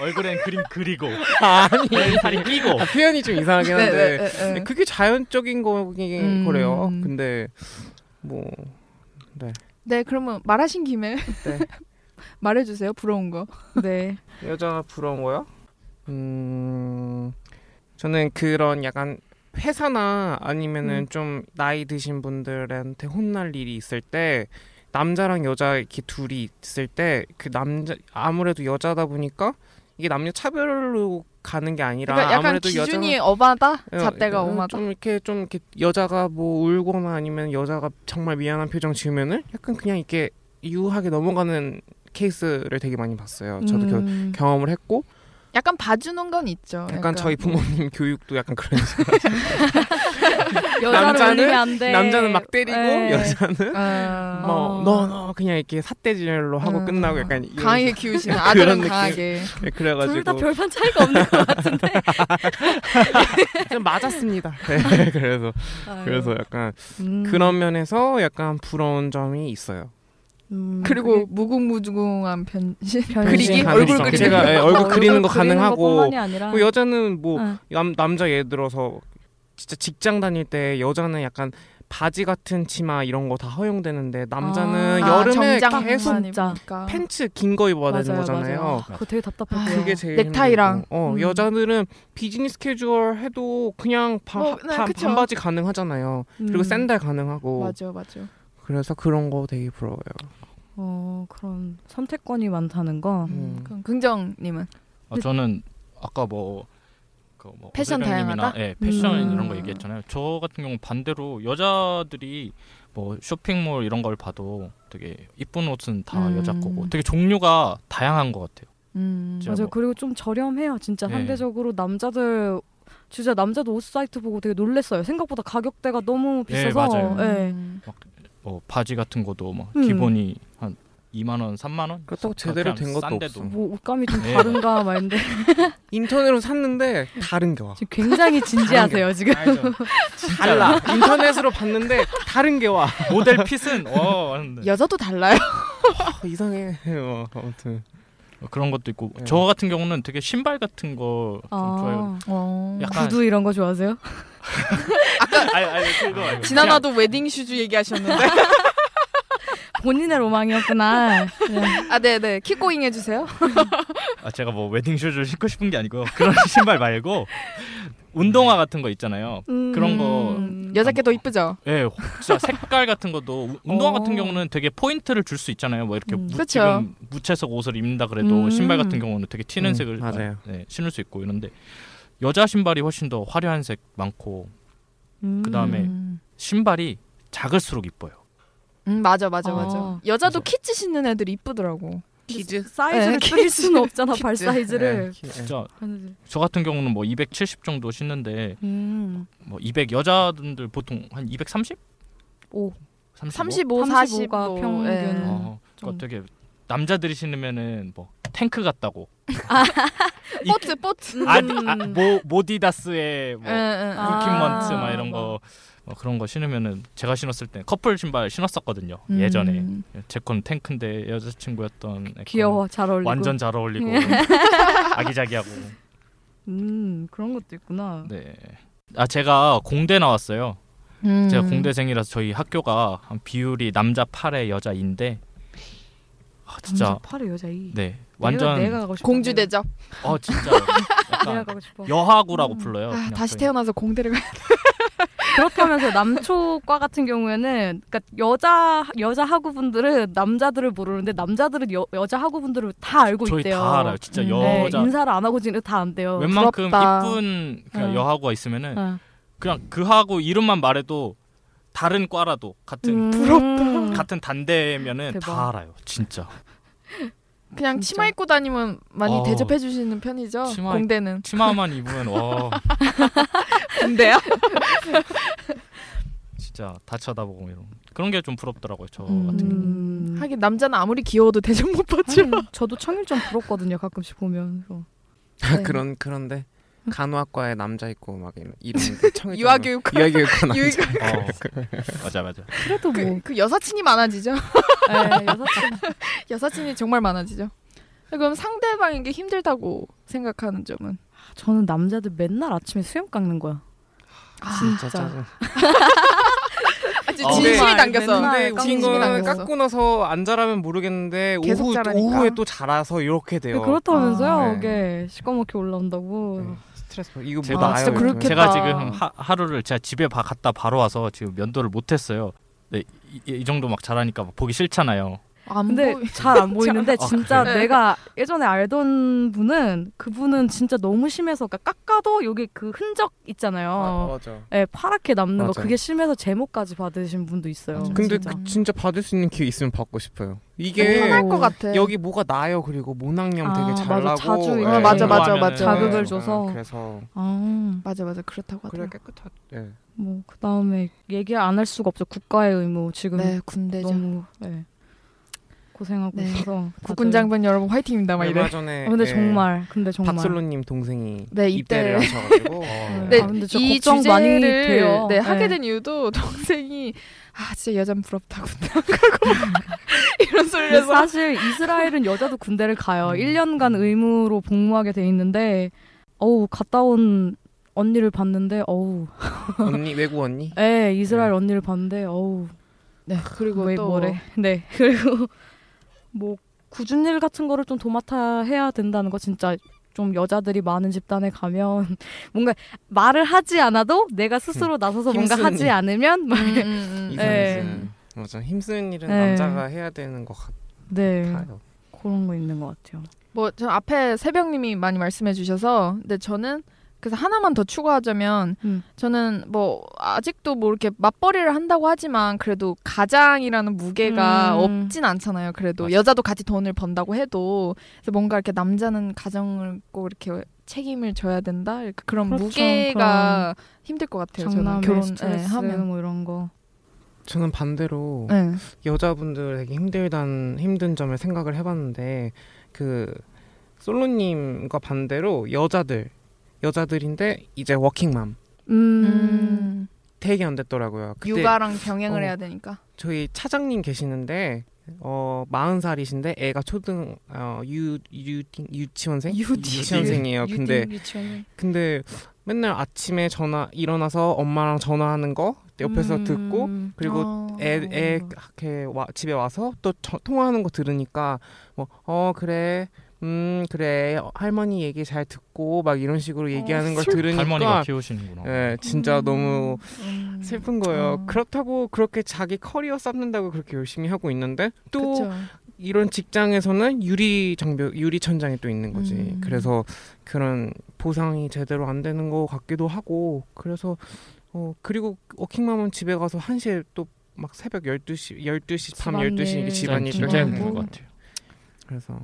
Speaker 5: 얼굴엔 그림 그리고
Speaker 4: 아니
Speaker 5: 살이 끼고
Speaker 4: 아, 표현이 좀 이상하긴
Speaker 2: 네,
Speaker 4: 한데
Speaker 2: 네, 네, 네.
Speaker 4: 그게 자연적인 거긴
Speaker 2: 음.
Speaker 4: 거래요. 근데 뭐
Speaker 2: 네, 그러면 말하신 김에
Speaker 4: 네.
Speaker 2: 말해주세요. 부러운 거.
Speaker 3: 네.
Speaker 4: 여자 부러운 거요? 음 저는 그런 약간 회사나
Speaker 2: 음.
Speaker 4: 아니면은 좀 나이 드신 분들한테 혼날 일이 있을 때 남자랑 여자 이렇게 둘이 있을 때 그 남자 아무래도 여자다 보니까 이게 남녀 차별로 가는 게 아니라
Speaker 2: 그러니까 약간
Speaker 4: 아무래도 여자
Speaker 2: 기준이 어마다,
Speaker 4: 어,
Speaker 2: 잣대가
Speaker 4: 어,
Speaker 2: 어마다.
Speaker 4: 좀 이렇게 좀 이렇게 여자가 뭐 울거나 아니면 여자가 정말 미안한 표정 지으면은 약간 그냥 이렇게 유하게 넘어가는 케이스를 되게 많이 봤어요. 저도 겨-
Speaker 2: 음.
Speaker 4: 경험을 했고
Speaker 2: 약간 봐주는 건 있죠.
Speaker 4: 약간, 저희 부모님 교육도 약간 그런 식으로
Speaker 3: 여자를
Speaker 4: 남자는-
Speaker 3: 올리면 안 돼.
Speaker 4: 남자는 막 때리고
Speaker 3: 네.
Speaker 4: 여자는
Speaker 2: 아,
Speaker 4: 뭐
Speaker 3: 어.
Speaker 4: 너너 그냥 이렇게 삿대질로 하고
Speaker 2: 음.
Speaker 4: 끝나고 약간 이런
Speaker 2: 강하게 키우시는 아들은
Speaker 4: 예. 느낌.
Speaker 2: 강하게.
Speaker 4: 식으로 그래가지고
Speaker 3: 둘다 별반 차이가 없는 것 같은데.
Speaker 4: 좀 맞았습니다. 네, 그래서
Speaker 3: 아유.
Speaker 4: 그래서 약간
Speaker 3: 음.
Speaker 4: 그런 면에서 약간 부러운 점이 있어요.
Speaker 3: 음,
Speaker 2: 그리고 무궁무진한 변신. 그리기?
Speaker 4: 가능성.
Speaker 2: 얼굴 그리기?
Speaker 4: 제가 예,
Speaker 3: 어,
Speaker 4: 얼굴 그리는 거 가능하고
Speaker 3: 뿐만이 아니라
Speaker 4: 뭐 여자는 뭐
Speaker 3: 응.
Speaker 4: 남, 남자 예를 들어서 진짜 직장 다닐 때 여자는 약간 바지 같은 치마 이런 거 다 허용되는데 남자는
Speaker 3: 아,
Speaker 4: 여름에
Speaker 2: 정장
Speaker 4: 계속
Speaker 2: 반만
Speaker 3: 진짜
Speaker 2: 입으니까.
Speaker 4: 팬츠 긴 거 입어야 되는
Speaker 3: 맞아요, 맞아요.
Speaker 4: 거잖아요.
Speaker 3: 아, 그거 되게 답답했어요.
Speaker 2: 아,
Speaker 4: 그게 제일
Speaker 2: 넥타이랑.
Speaker 4: 힘들고. 어,
Speaker 3: 음.
Speaker 4: 여자들은 비즈니스 캐주얼 해도 그냥 바,
Speaker 2: 뭐, 네,
Speaker 4: 바-
Speaker 2: 그쵸.
Speaker 4: 반바지 가능하잖아요. 그리고
Speaker 3: 음.
Speaker 4: 샌들 가능하고
Speaker 2: 맞아, 맞아.
Speaker 4: 그래서 그런 거 되게 부러워요.
Speaker 3: 어 그런 선택권이 많다는 거.
Speaker 4: 음.
Speaker 2: 그럼 긍정님은
Speaker 5: 아, 저는 아까 뭐, 그 뭐,
Speaker 2: 패션
Speaker 5: 어슬뱅님이나,
Speaker 2: 다양하다?
Speaker 5: 예, 패션
Speaker 2: 음.
Speaker 5: 이런 거 얘기했잖아요. 저 같은 경우 는 반대로 여자들이 뭐 쇼핑몰 이런 걸 봐도 되게 이쁜 옷은 다
Speaker 2: 음.
Speaker 5: 여자 거고 되게 종류가 다양한 것 같아요.
Speaker 2: 음,
Speaker 5: 진짜
Speaker 4: 그렇죠.
Speaker 3: 맞아요.
Speaker 5: 뭐-
Speaker 3: 그리고 좀 저렴해요. 진짜
Speaker 5: 네.
Speaker 3: 상대적으로 남자들 진짜 남자도 옷 사이트 보고 되게 놀랬어요. 생각보다 가격대가 너무
Speaker 5: 네,
Speaker 3: 비싸서.
Speaker 2: 어,
Speaker 5: 맞아요.
Speaker 3: 예.
Speaker 5: 뭐 바지 같은 것도 막
Speaker 3: 음.
Speaker 5: 기본이 한 2만 원, 3만 원?
Speaker 4: 그렇다고 제대로
Speaker 5: 그렇게
Speaker 4: 된
Speaker 5: 안
Speaker 4: 것도
Speaker 5: 싼데도.
Speaker 4: 없어.
Speaker 3: 뭐 옷감이 좀
Speaker 5: 네.
Speaker 3: 다른가 말인데
Speaker 4: 인터넷으로 샀는데 다른 게 아, 와.
Speaker 3: 지금 굉장히 진지하세요 지금.
Speaker 4: 달라. 인터넷으로 봤는데 다른 게 와.
Speaker 5: 모델 핏은 어, 맞는데.
Speaker 2: 여자도 달라요.
Speaker 4: 어, 이상해. 어, 아무튼
Speaker 5: 어, 그런 것도 있고
Speaker 2: 예.
Speaker 4: 네.
Speaker 5: 저 같은 경우는 되게 신발 같은 거좀
Speaker 2: 어.
Speaker 5: 좋아요.
Speaker 3: 아,
Speaker 5: 약간
Speaker 3: 구두 이런 거 좋아하세요?
Speaker 5: 아니 아니 그거 아니고
Speaker 2: 지난화도 웨딩 슈즈 얘기하셨는데.
Speaker 3: 본인의 로망이었구나. 네.
Speaker 2: 아, 네, 네. 킥고잉 해주세요.
Speaker 5: 아 제가 뭐 웨딩 슈즈를 신고 싶은 게 아니고요. 그런 신발 말고 운동화 같은 거 있잖아요. 그런 거.
Speaker 2: 음, 여자께 더 이쁘죠?
Speaker 5: 예, 혹- 진짜 색깔 같은 것도 우- 운동화
Speaker 3: 어.
Speaker 5: 같은 경우는 되게 포인트를 줄 수 있잖아요. 뭐 이렇게
Speaker 3: 음.
Speaker 5: 무,
Speaker 2: 그쵸.
Speaker 5: 지금 무채색 옷을 입는다 그래도
Speaker 3: 음.
Speaker 5: 신발 같은 경우는 되게 튀는
Speaker 4: 음,
Speaker 5: 색을
Speaker 4: 맞아요.
Speaker 5: 예, 신을 수 있고 이런데 여자 신발이 훨씬 더 화려한 색 많고
Speaker 3: 음.
Speaker 5: 그다음에
Speaker 2: 음,
Speaker 5: 신발이 작을수록 이뻐요.
Speaker 2: 음, 맞아, 맞아,
Speaker 3: 아.
Speaker 2: 맞아. 여자도
Speaker 5: 맞아.
Speaker 2: 키즈 신는 애들 이쁘더라고.
Speaker 4: 키즈.
Speaker 3: 사이즈를
Speaker 2: 네,
Speaker 3: 줄일 수는 없잖아
Speaker 2: 키즈.
Speaker 3: 발
Speaker 4: 네.
Speaker 3: 사이즈를.
Speaker 5: 진짜 저 같은 경우는 뭐 270 정도 신는데
Speaker 3: 음.
Speaker 5: 뭐 200 여자분들 보통 한 230?
Speaker 3: 오.
Speaker 2: 35,
Speaker 5: 35?
Speaker 2: 40.
Speaker 3: 35가
Speaker 2: 뭐,
Speaker 3: 평균.
Speaker 2: 예.
Speaker 5: 어,
Speaker 3: 음, 좀.
Speaker 5: 그러니까 되게 남자들이 신으면은 뭐 탱크 같다고. 이-
Speaker 2: 보트, 보트.
Speaker 5: 아디, 아, 모 모디다스의 뭐
Speaker 2: 예, 예.
Speaker 3: 음. 아.
Speaker 5: 쿠키먼트 막 이런 거 뭐 그런 거 신으면은 제가 신었을 때 커플 신발 신었었거든요
Speaker 2: 음.
Speaker 5: 예전에 제 건 탱크인데 여자친구였던 애건
Speaker 3: 귀여워 잘 어울리고. 예.
Speaker 5: 완전 잘 어울리고 아기자기하고
Speaker 3: 음 그런 것도 있구나.
Speaker 5: 네아 제가 공대 나왔어요
Speaker 2: 음.
Speaker 5: 제가 공대생이라서 저희 학교가 한 비율이 남자 8에 여자 2인데 아,
Speaker 3: 진짜
Speaker 5: 진짜
Speaker 3: 팔에 여자 이.
Speaker 5: 네
Speaker 3: 내가,
Speaker 5: 완전
Speaker 3: 내가 가고 싶어.
Speaker 2: 공주 대접.
Speaker 5: 어 진짜
Speaker 3: 내가, 내가
Speaker 5: 약간
Speaker 3: 가고 싶어.
Speaker 5: 여하구라고 불러요.
Speaker 2: 아,
Speaker 5: 그냥
Speaker 2: 다시
Speaker 5: 거의.
Speaker 2: 태어나서 공대를 가.
Speaker 3: 그렇다면서 남초과 같은 경우에는 그러니까 여자 여자 학우분들은 남자들을 모르는데 남자들은 여, 여자 학우분들을 다 알고
Speaker 5: 저희
Speaker 3: 있대요.
Speaker 5: 다 알아요. 진짜
Speaker 2: 음.
Speaker 3: 네,
Speaker 5: 여자
Speaker 3: 인사를 안 하고 지는 다안 돼요.
Speaker 5: 웬만큼
Speaker 2: 부럽다.
Speaker 5: 이쁜 그냥
Speaker 3: 어.
Speaker 5: 여하구가 있으면은
Speaker 3: 어.
Speaker 5: 그냥 그 하고 이름만 말해도 다른 과라도 같은
Speaker 3: 부럽다.
Speaker 5: 같은 단대면은 다
Speaker 3: 대박.
Speaker 5: 알아요. 진짜
Speaker 2: 그냥
Speaker 3: 진짜.
Speaker 2: 치마 입고 다니면 많이
Speaker 5: 어.
Speaker 2: 대접해 주시는 편이죠.
Speaker 5: 치마 입-
Speaker 2: 공대는.
Speaker 5: 치마만 입으면 와
Speaker 2: 공대야?
Speaker 5: 진짜 다 쳐다보고 이런 그런 게 좀 부럽더라고요. 저
Speaker 2: 음.
Speaker 5: 같은 경우.
Speaker 3: 음. 아,
Speaker 2: 하긴 남자는 아무리 귀여워도 대접 못 받죠.
Speaker 3: 하긴 저도 청일점 부럽거든요. 가끔씩 보면. 그래서.
Speaker 2: 네.
Speaker 4: 아, 그런 그런데 간호학과에 남자 있고 막 이런 이런 청일
Speaker 2: 유아교육.
Speaker 4: 유아교육과 남자
Speaker 2: 유아교육.
Speaker 5: 어, 맞아 맞아.
Speaker 3: 그래도 뭐
Speaker 2: 그, 그 여사친이 많아지죠.
Speaker 3: 예, 여사친
Speaker 2: 여사친이 정말 많아지죠. 그럼 상대방에게 힘들다고 생각하는 점은?
Speaker 3: 저는 남자들 맨날 아침에 수염 깎는 거야.
Speaker 4: 진짜 짜증.
Speaker 2: 아, 진짜
Speaker 5: 어,
Speaker 2: 진심이
Speaker 3: 네.
Speaker 2: 담겼어.
Speaker 3: 맨날
Speaker 4: 근데
Speaker 3: 깎는
Speaker 4: 웃긴
Speaker 2: 건
Speaker 4: 건
Speaker 2: 남겼어.
Speaker 4: 깎고 나서 안 자라면 모르겠는데
Speaker 2: 계속
Speaker 4: 오후
Speaker 2: 자라니까.
Speaker 4: 오후에 또 자라서 이렇게 돼요.
Speaker 3: 네, 그렇다면서요.
Speaker 4: 아.
Speaker 3: 이게 시꺼멓게 올라온다고.
Speaker 4: 네, 스트레스 받- 이거 뭐
Speaker 5: 제가
Speaker 4: 나아요.
Speaker 2: 진짜
Speaker 4: 요즘에.
Speaker 2: 그렇겠다.
Speaker 5: 제가 지금 하, 하루를 제가 집에 바, 갔다 바로 와서 지금 면도를 못했어요. 네, 이, 이- 이 정도 막 자라니까 막 보기 싫잖아요.
Speaker 2: 안
Speaker 3: 근데
Speaker 2: 보이-
Speaker 3: 잘안 보이는데
Speaker 5: 잘 안-
Speaker 3: 진짜
Speaker 2: 아, 그래요?
Speaker 3: 내가 예전에 알던 분은 그분은 진짜 너무 심해서 그러니까 깎아도 여기 그 흔적
Speaker 4: 아,
Speaker 3: 있잖아요.
Speaker 4: 맞아.
Speaker 3: 예, 파랗게 남는 거
Speaker 4: 맞아요.
Speaker 3: 그게 심해서 제목까지 받으신 분도 있어요.
Speaker 2: 맞아요.
Speaker 4: 근데
Speaker 3: 진짜.
Speaker 4: 그 진짜 받을 수 있는 기회 있으면 받고 싶어요. 이게
Speaker 2: 편할 것 같아.
Speaker 4: 여기 뭐가 나요. 그리고 모낭염
Speaker 3: 아,
Speaker 4: 되게
Speaker 3: 맞아.
Speaker 4: 잘 나고.
Speaker 3: 자주
Speaker 4: 예.
Speaker 5: 네.
Speaker 3: 이렇게
Speaker 2: 맞아 맞아 맞아.
Speaker 3: 자극을
Speaker 4: 예.
Speaker 3: 줘서.
Speaker 4: 예, 그래서
Speaker 3: 아,
Speaker 2: 맞아 맞아 그렇다고
Speaker 4: 그래
Speaker 2: 하더라고.
Speaker 4: 깨끗하. 예.
Speaker 3: 뭐 그다음에 얘기 안 할 수가 없죠. 국가의 의무 지금
Speaker 2: 네 군대죠.
Speaker 3: 너무 예. 고생하고
Speaker 2: 네.
Speaker 3: 있어서
Speaker 2: 국군 장군 여러분 화이팅입니다 막
Speaker 4: 얼마
Speaker 2: 이래.
Speaker 4: 전에
Speaker 3: 다들. 아, 근데
Speaker 4: 예,
Speaker 3: 정말 근데 정말
Speaker 4: 박솔로님 동생이
Speaker 2: 네
Speaker 4: 입대를
Speaker 2: 이때.
Speaker 4: 하셔가지고 어,
Speaker 5: 어,
Speaker 2: 네,
Speaker 3: 아, 근데 진짜
Speaker 2: 이
Speaker 3: 걱정
Speaker 2: 주제를
Speaker 3: 많이 돼요.
Speaker 2: 네,
Speaker 3: 네.
Speaker 2: 하게 된 이유도 동생이 아 진짜 여잔 부럽다고 생각하고 이런 소리를
Speaker 3: 근데
Speaker 2: 해서
Speaker 3: 사실 이스라엘은 여자도 군대를 가요.
Speaker 5: 음.
Speaker 3: 1년간 의무로 복무하게 돼 있는데 어우 갔다 온 언니를 봤는데 어우
Speaker 4: 언니 외국 언니.
Speaker 3: 에 이스라엘
Speaker 4: 네.
Speaker 3: 언니를 봤는데 어우
Speaker 2: 네 그리고
Speaker 3: 왜
Speaker 2: 또
Speaker 3: 뭐래 네 그리고 뭐 구준 일 같은 거를 좀 도맡아 해야 된다는 거 진짜 좀 여자들이 많은 집단에 가면 뭔가 말을 하지 않아도 내가 스스로 나서서 뭔가
Speaker 4: 음. 힘쓰는
Speaker 3: 하지
Speaker 4: 일.
Speaker 3: 않으면 막-
Speaker 2: 음, 음, 음.
Speaker 4: 이상해서.
Speaker 3: 네.
Speaker 4: 맞아 어, 힘쓰는 일은
Speaker 3: 네.
Speaker 4: 남자가 해야 되는 것
Speaker 3: 네
Speaker 4: 같아요.
Speaker 3: 그런 거 있는 것 같아요.
Speaker 2: 뭐 저 앞에 새벽님이 많이 말씀해 주셔서 근데 저는 그래서 하나만 더 추가하자면
Speaker 3: 음.
Speaker 2: 저는 뭐 아직도 뭐 이렇게 맞벌이를 한다고 하지만 그래도 가장이라는 무게가
Speaker 3: 음.
Speaker 2: 없진 않잖아요. 그래도
Speaker 5: 맞아.
Speaker 2: 여자도 같이 돈을 번다고 해도 그래서 뭔가 이렇게 남자는 가정을 꼭 이렇게 책임을 져야 된다 이렇게 그런
Speaker 3: 그렇죠.
Speaker 2: 무게가 힘들 것 같아요. 저는
Speaker 3: 장남의
Speaker 2: 결혼 예,
Speaker 3: 스트레스
Speaker 2: 하면
Speaker 3: 뭐 이런 거.
Speaker 4: 저는 반대로
Speaker 2: 예.
Speaker 3: 음.
Speaker 4: 여자분들 되게 힘들단 힘든 점을 생각을 해봤는데 그 솔로님과 반대로 여자들 여자들인데 이제 워킹맘
Speaker 3: 음.
Speaker 2: 음,
Speaker 4: 되게 안 됐더라고요. 그때
Speaker 2: 육아랑 병행을
Speaker 4: 어.
Speaker 2: 해야 되니까
Speaker 4: 저희 차장님 계시는데 어 40살이신데 애가 초등 어유 유, 유치원생
Speaker 2: 유디.
Speaker 4: 유치원생이에요. 근데 근데 맨날 아침에 전화 일어나서 엄마랑 전화하는 거 옆에서
Speaker 3: 음.
Speaker 4: 듣고 그리고
Speaker 2: 어.
Speaker 4: 애, 애 이렇게 와, 집에 와서 또 저- 통화하는 거 들으니까 뭐 어 그래 음 그래 어, 할머니 얘기 잘 듣고 막 이런 식으로 얘기하는 걸
Speaker 5: 할머니가
Speaker 4: 들으니까
Speaker 5: 키우시는구나.
Speaker 4: 예 진짜
Speaker 2: 음.
Speaker 4: 너무
Speaker 2: 음.
Speaker 4: 슬픈 거예요.
Speaker 3: 아.
Speaker 2: 어.
Speaker 4: 그렇다고 그렇게 자기 커리어 쌓는다고 그렇게 열심히 하고 있는데 또
Speaker 2: 그쵸.
Speaker 4: 이런 직장에서는 유리 장벽 유리 천장이 또 있는 거지.
Speaker 2: 음.
Speaker 4: 그래서 그런 보상이 제대로 안 되는 것 같기도 하고 그래서 어 그리고 워킹맘은 집에 가서 1시에 또 막 새벽 12시 12시 밤
Speaker 3: 집안일.
Speaker 4: 12시 이게
Speaker 5: 진짜
Speaker 4: 집안일
Speaker 5: 진짜
Speaker 4: 또
Speaker 2: 힘든
Speaker 5: 힘든
Speaker 4: 하고.
Speaker 5: 것 같아요.
Speaker 4: 그래서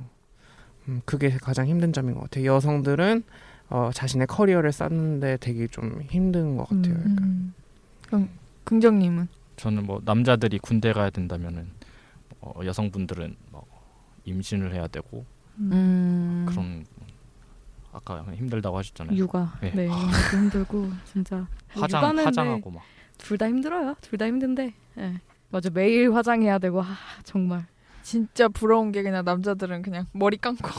Speaker 4: 음 그게 가장 힘든 점인 것 같아요. 여성들은 어 자신의 커리어를 쌓는데 되게 좀 힘든 것 같아요.
Speaker 3: 음.
Speaker 5: 그러니까.
Speaker 2: 음. 그럼 긍정님은
Speaker 5: 저는 뭐 남자들이 군대 가야 된다면은 어, 여성분들은 뭐 임신을 해야 되고
Speaker 2: 음.
Speaker 5: 그런 아까 힘들다고 하셨잖아요.
Speaker 3: 육아.
Speaker 5: 네.
Speaker 3: 네. 육아도 힘들고 진짜
Speaker 5: 화장
Speaker 3: 육아는
Speaker 5: 화장하고 막
Speaker 3: 둘다 힘들어요. 둘 다 힘든데. 예. 맞아. 매일 화장해야 되고 아, 정말.
Speaker 2: 진짜 부러운 게 그냥 남자들은 그냥 머리 감고
Speaker 5: 어,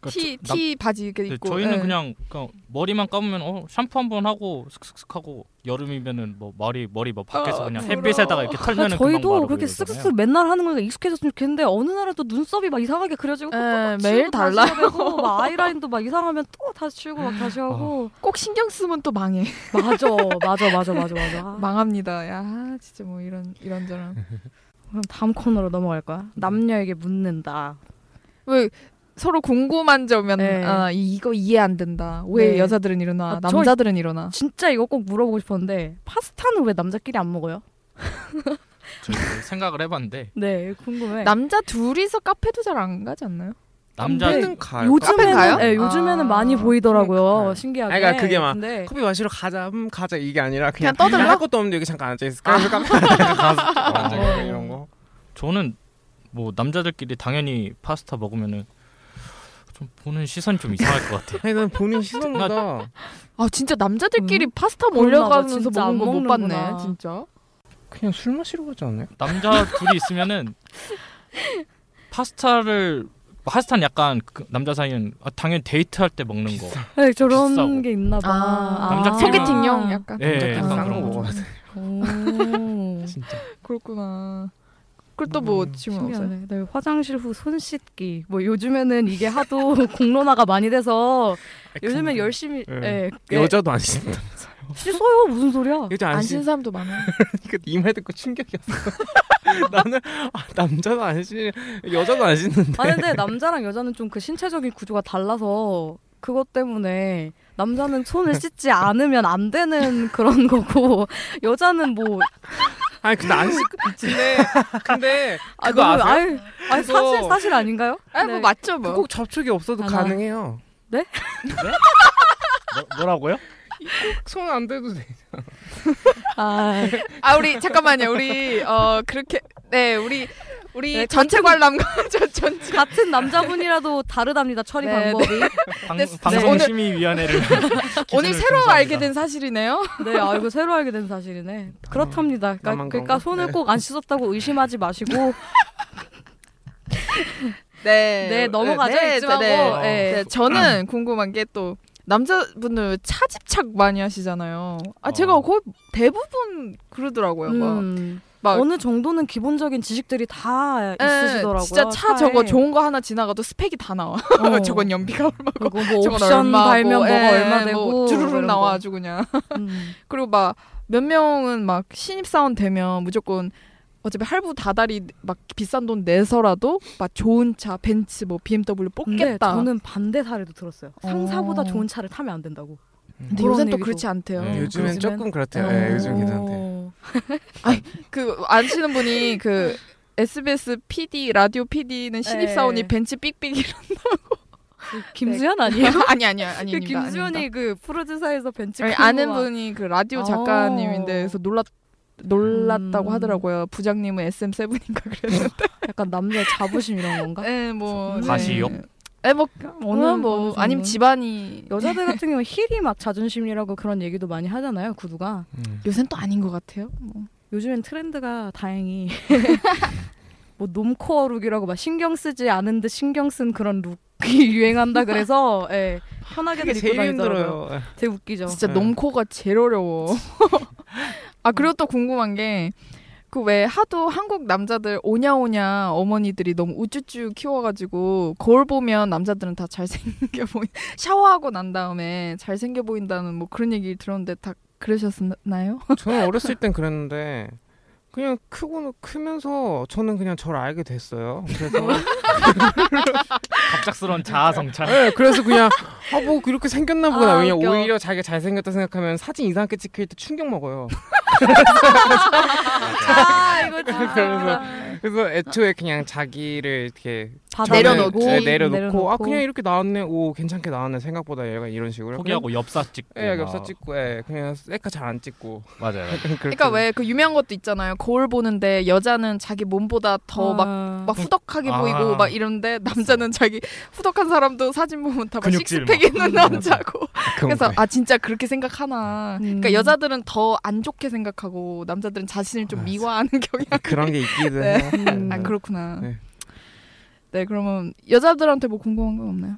Speaker 5: 그러니까
Speaker 2: 티,
Speaker 5: 저- 남-
Speaker 2: 티 바지 이렇게
Speaker 5: 네,
Speaker 2: 입고.
Speaker 5: 저희는
Speaker 2: 예.
Speaker 5: 그냥, 그냥 머리만 감으면 어 샴푸 한 번 하고 슥슥슥 하고 여름이면은 뭐 머리 머리 뭐 밖에서
Speaker 2: 아,
Speaker 5: 그냥
Speaker 2: 부러워.
Speaker 5: 햇빛에다가 이렇게 털면 은 금방 마르고
Speaker 3: 그러니까 저희도 그렇게
Speaker 5: 이러잖아요.
Speaker 3: 쓱쓱 맨날 하는 거니까 익숙해졌으면 좋겠는데 어느 날은 또 눈썹이 막 이상하게 그려지고
Speaker 2: 예,
Speaker 3: 막
Speaker 2: 매일
Speaker 3: 지우고 다시
Speaker 2: 달라요.
Speaker 3: 해야 되고 막 아이라인도 막 이상하면 또 다시 치우고 막 다시 하고
Speaker 2: 꼭 신경 쓰면 또 망해.
Speaker 3: 맞아 맞아 맞아 맞아 맞아 아,
Speaker 2: 망합니다. 야, 진짜 뭐 이런
Speaker 5: 네.
Speaker 2: 이런저런.
Speaker 3: 그럼 다음 코너로 넘어갈 거야 남녀에게 묻는다
Speaker 2: 왜 서로 궁금한 점은
Speaker 3: 네.
Speaker 2: 아, 이- 이거 이해 안 된다. 왜
Speaker 3: 네.
Speaker 2: 여자들은 이러나
Speaker 3: 아, 저-
Speaker 2: 남자들은 이러나.
Speaker 3: 진짜 이거 꼭 물어보고 싶었는데 파스타는 왜 남자끼리 안 먹어요?
Speaker 5: 저희도 생각을 해봤는데
Speaker 3: 네 궁금해
Speaker 2: 남자 둘이서 카페도 잘 안 가지 않나요?
Speaker 5: 남자
Speaker 4: 는 가요.
Speaker 2: 카페 가요?
Speaker 3: 요즘에는 네, 요즘에는
Speaker 2: 아,
Speaker 3: 많이 보이더라고요
Speaker 4: 그러니까.
Speaker 3: 신기하게
Speaker 4: 아, 그러니까 그게 막
Speaker 3: 근데
Speaker 4: 커피 마시러 가자, 음, 가자 이게 아니라
Speaker 2: 그냥
Speaker 4: 그냥,
Speaker 2: 떠들러?
Speaker 4: 할 것도 없는데 여기 잠깐 앉아 있을까? 그래서 깜짝 가서 앉아 있고 이런 거.
Speaker 5: 어, 저는 뭐 남자들끼리 당연히 파스타 먹으면은 좀 보는 시선 좀 이상할 것 같아요.
Speaker 4: 아니 난 본인 시선보다
Speaker 2: 아 진짜 남자들끼리 파스타
Speaker 3: 음? 그렇나 봐.
Speaker 2: 몰려가면서
Speaker 3: 진짜
Speaker 2: 먹는
Speaker 3: 안
Speaker 2: 거 못
Speaker 3: 먹는구나.
Speaker 2: 봤네 진짜.
Speaker 4: 그냥 술 마시러 가지 않나요?
Speaker 5: 남자 둘이 있으면은 파스타를 파스타는 약간 그 남자 사이는 아, 당연히 데이트할 때 먹는 거.
Speaker 3: 네, 저런
Speaker 5: 비싸고.
Speaker 3: 게 있나 봐
Speaker 2: 아,
Speaker 5: 남자끼리만-
Speaker 2: 소개팅용 약간.
Speaker 5: 예,
Speaker 4: 약간
Speaker 5: 네, 약간
Speaker 4: 싼거
Speaker 5: 그런 거.
Speaker 4: 먹어야 돼.
Speaker 3: 오.
Speaker 4: 진짜.
Speaker 2: 그렇구나. 그리고 또뭐
Speaker 4: 음,
Speaker 2: 질문 없어요?
Speaker 3: 신기하네. 네, 화장실 후 손 씻기. 뭐 요즘에는 이게 하도 공론화가 많이 돼서 요즘엔 열심히
Speaker 4: 예.
Speaker 3: 예, 예,
Speaker 4: 여자도 안 씻는다.
Speaker 3: 씻어요 무슨 소리야?
Speaker 4: 여자 안
Speaker 2: 안 신
Speaker 4: 씻.
Speaker 2: 사람도 많아.
Speaker 4: 그 이말 듣고 충격이었어. 나는 아, 남자도 안 씻, 여자도 안 씻는데.
Speaker 3: 아 근데 남자랑 여자는 좀 그 신체적인 구조가 달라서 그것 때문에 남자는 손을 씻지 않으면 안 되는 그런 거고 여자는 뭐
Speaker 4: 아니 근데 안 씻고 근데 근데
Speaker 3: 아,
Speaker 4: 그거 아세요?
Speaker 3: 아유, 아유,
Speaker 4: 그거-
Speaker 3: 사실 사실 아닌가요? 네.
Speaker 2: 아, 뭐 맞죠 뭐.
Speaker 4: 그 꼭 접촉이 없어도
Speaker 3: 아, 나-
Speaker 4: 가능해요. 네?
Speaker 5: 뭐, 라고요
Speaker 4: 손 안 대도 돼.
Speaker 3: 아,
Speaker 2: 아 우리 잠깐만요. 우리 어 그렇게 네 우리 우리
Speaker 3: 네,
Speaker 2: 전체 관람과 전 전체
Speaker 3: 같은 남자분이라도 다르답니다 처리
Speaker 2: 네,
Speaker 3: 방법이.
Speaker 5: 방,
Speaker 2: 네, 오늘-
Speaker 5: 방송심의위원회를
Speaker 2: 오늘
Speaker 5: 기준을
Speaker 2: 새로
Speaker 5: 감사합니다.
Speaker 2: 알게 된 사실이네요.
Speaker 3: 네, 아 이거 새로 알게 된 사실이네. 그렇답니다. 그러니까,
Speaker 4: 나만 그런가?
Speaker 3: 그러니까 손을
Speaker 4: 네.
Speaker 3: 꼭 안 씻었다고 의심하지 마시고
Speaker 2: 네.
Speaker 3: 네 넘어가죠.
Speaker 2: 네,
Speaker 3: 이쯤하고
Speaker 2: 네,
Speaker 3: 네.
Speaker 2: 네, 저는 궁금한 게 또 남자분들 차집착 많이 하시잖아요. 아 제가
Speaker 5: 어.
Speaker 2: 거의 대부분 그러더라고요. 막,
Speaker 3: 음,
Speaker 2: 막
Speaker 3: 어느 정도는 기본적인 지식들이 다
Speaker 2: 예,
Speaker 3: 있으시더라고요.
Speaker 2: 진짜 차
Speaker 3: 차에.
Speaker 2: 저거 좋은 거 하나 지나가도 스펙이 다 나와.
Speaker 3: 어,
Speaker 2: 저건 연비가 얼마고
Speaker 3: 그리고 뭐
Speaker 2: 저건
Speaker 3: 옵션
Speaker 2: 얼마고,
Speaker 3: 달면 뭐가
Speaker 2: 예,
Speaker 3: 얼마 되고
Speaker 2: 뭐
Speaker 3: 이런
Speaker 2: 주르륵
Speaker 3: 거.
Speaker 2: 나와 아주 그냥.
Speaker 3: 음.
Speaker 2: 그리고 막 몇 명은 막 신입 사원 되면 무조건 어차피 할부 다달이 막 비싼 돈 내서라도 막 좋은 차 벤츠 뭐 BMW
Speaker 3: 근데
Speaker 2: 뽑겠다.
Speaker 3: 저는 반대 사례도 들었어요. 상사보다
Speaker 2: 어.
Speaker 3: 좋은 차를 타면 안 된다고.
Speaker 2: 근데
Speaker 3: 그런
Speaker 2: 요새는 또
Speaker 3: 얘기도.
Speaker 2: 그렇지 않대요.
Speaker 5: 네,
Speaker 4: 요즘엔
Speaker 2: 요즘엔-
Speaker 4: 조금 그렇대요. 예, 요즘 괜찮대.
Speaker 3: 어.
Speaker 2: 그 아시는 분이 그 SBS PD 라디오 PD는 신입 사원이
Speaker 3: 네.
Speaker 2: 벤츠 삑삑이라.
Speaker 3: 김수현 아니에요?
Speaker 2: 아니 아니야
Speaker 3: 네. 그
Speaker 2: 아닙니다.
Speaker 3: 김수현이 그 프로듀서에서 벤츠
Speaker 2: 아니,
Speaker 3: 끌고
Speaker 2: 아는
Speaker 3: 막-
Speaker 2: 분이 그 라디오
Speaker 3: 어.
Speaker 2: 작가님인데 그래서 놀랐 놀랐다고
Speaker 3: 음.
Speaker 2: 하더라고요. 부장님은 SM 세븐인가 그랬는데.
Speaker 3: 약간 남자 자부심 이런 건가?
Speaker 2: 네, 뭐
Speaker 5: 과시욕?
Speaker 2: 네, 뭐
Speaker 3: 어느-
Speaker 2: 그건 뭐
Speaker 3: 어느 정도?
Speaker 2: 아니면 집안이
Speaker 3: 여자들 같은 경우 힐이 막 자존심이라고 그런 얘기도 많이 하잖아요 구두가
Speaker 4: 음.
Speaker 2: 요새는 또 아닌 것 같아요. 뭐.
Speaker 3: 요즘엔 트렌드가 다행히 뭐 놈코어 룩이라고 막 신경 쓰지 않은 듯 신경 쓴 그런 룩이 유행한다 그래서 예,
Speaker 4: 그게
Speaker 3: 편하게들 입고
Speaker 4: 제일
Speaker 3: 다니더라고요
Speaker 4: 힘들어요.
Speaker 3: 되게 웃기죠
Speaker 2: 진짜
Speaker 4: 네.
Speaker 2: 넘코가 제일 어려워. 아 그리고 또 궁금한 게. 그 왜 하도 한국 남자들 오냐오냐 어머니들이 너무 우쭈쭈 키워가지고 거울 보면 남자들은 다 잘생겨 보인 샤워하고 난 다음에 잘생겨 보인다는 뭐 그런 얘기 들었는데 다 그러셨나요?
Speaker 4: 저는 어렸을 땐 그랬는데 그냥 크고 크면서 저는 그냥 저를 알게 됐어요. 그래서
Speaker 5: 갑작스러운 자아성찰.
Speaker 4: 네, 그래서 그냥 아 뭐 이렇게 생겼나 보다.
Speaker 3: 아,
Speaker 4: 그냥
Speaker 3: 웃겨.
Speaker 4: 오히려 자기가 잘생겼다 생각하면 사진 이상하게 찍힐 때 충격 먹어요.
Speaker 3: 아 이거
Speaker 2: 그러니까
Speaker 3: 진짜
Speaker 4: 그래서 그래서 애초에 그냥 자기를 이렇게
Speaker 3: 바닥에
Speaker 2: 아, 내려놓고.
Speaker 4: 네,
Speaker 3: 내리고,
Speaker 4: 내려놓고, 아 그냥 이렇게 나왔네. 오 괜찮게 나왔네. 생각보다 얘가 이런
Speaker 2: 네.
Speaker 4: 식으로
Speaker 5: 포기하고 엽사 찍고.
Speaker 4: 그냥, 예,
Speaker 5: 막.
Speaker 4: 엽사 찍고 예, 그냥 셀카 잘 안 찍고.
Speaker 5: 맞아요.
Speaker 2: 그러니까 왜 그 유명한 것도 있잖아요. 거울 보는데 여자는 자기 몸보다 더 막
Speaker 3: 아.
Speaker 2: 막 후덕하게
Speaker 5: 아.
Speaker 2: 보이고 막 이런데 남자는 자기 후덕한 사람도 사진 보면 다막
Speaker 5: 근육질
Speaker 2: 식스팩 있는
Speaker 4: 막.
Speaker 2: 남자고 그래서 아 진짜 그렇게 생각하나
Speaker 3: 음.
Speaker 2: 그러니까 여자들은 더 안 좋게 생각하고 남자들은 자신을 좀
Speaker 4: 맞아.
Speaker 2: 미화하는 경향
Speaker 4: 그런 게 있기도
Speaker 2: 네.
Speaker 4: 해요.
Speaker 3: 음.
Speaker 2: 아 그렇구나 네.
Speaker 4: 네.
Speaker 2: 그러면 여자들한테 뭐 궁금한 건 없나요?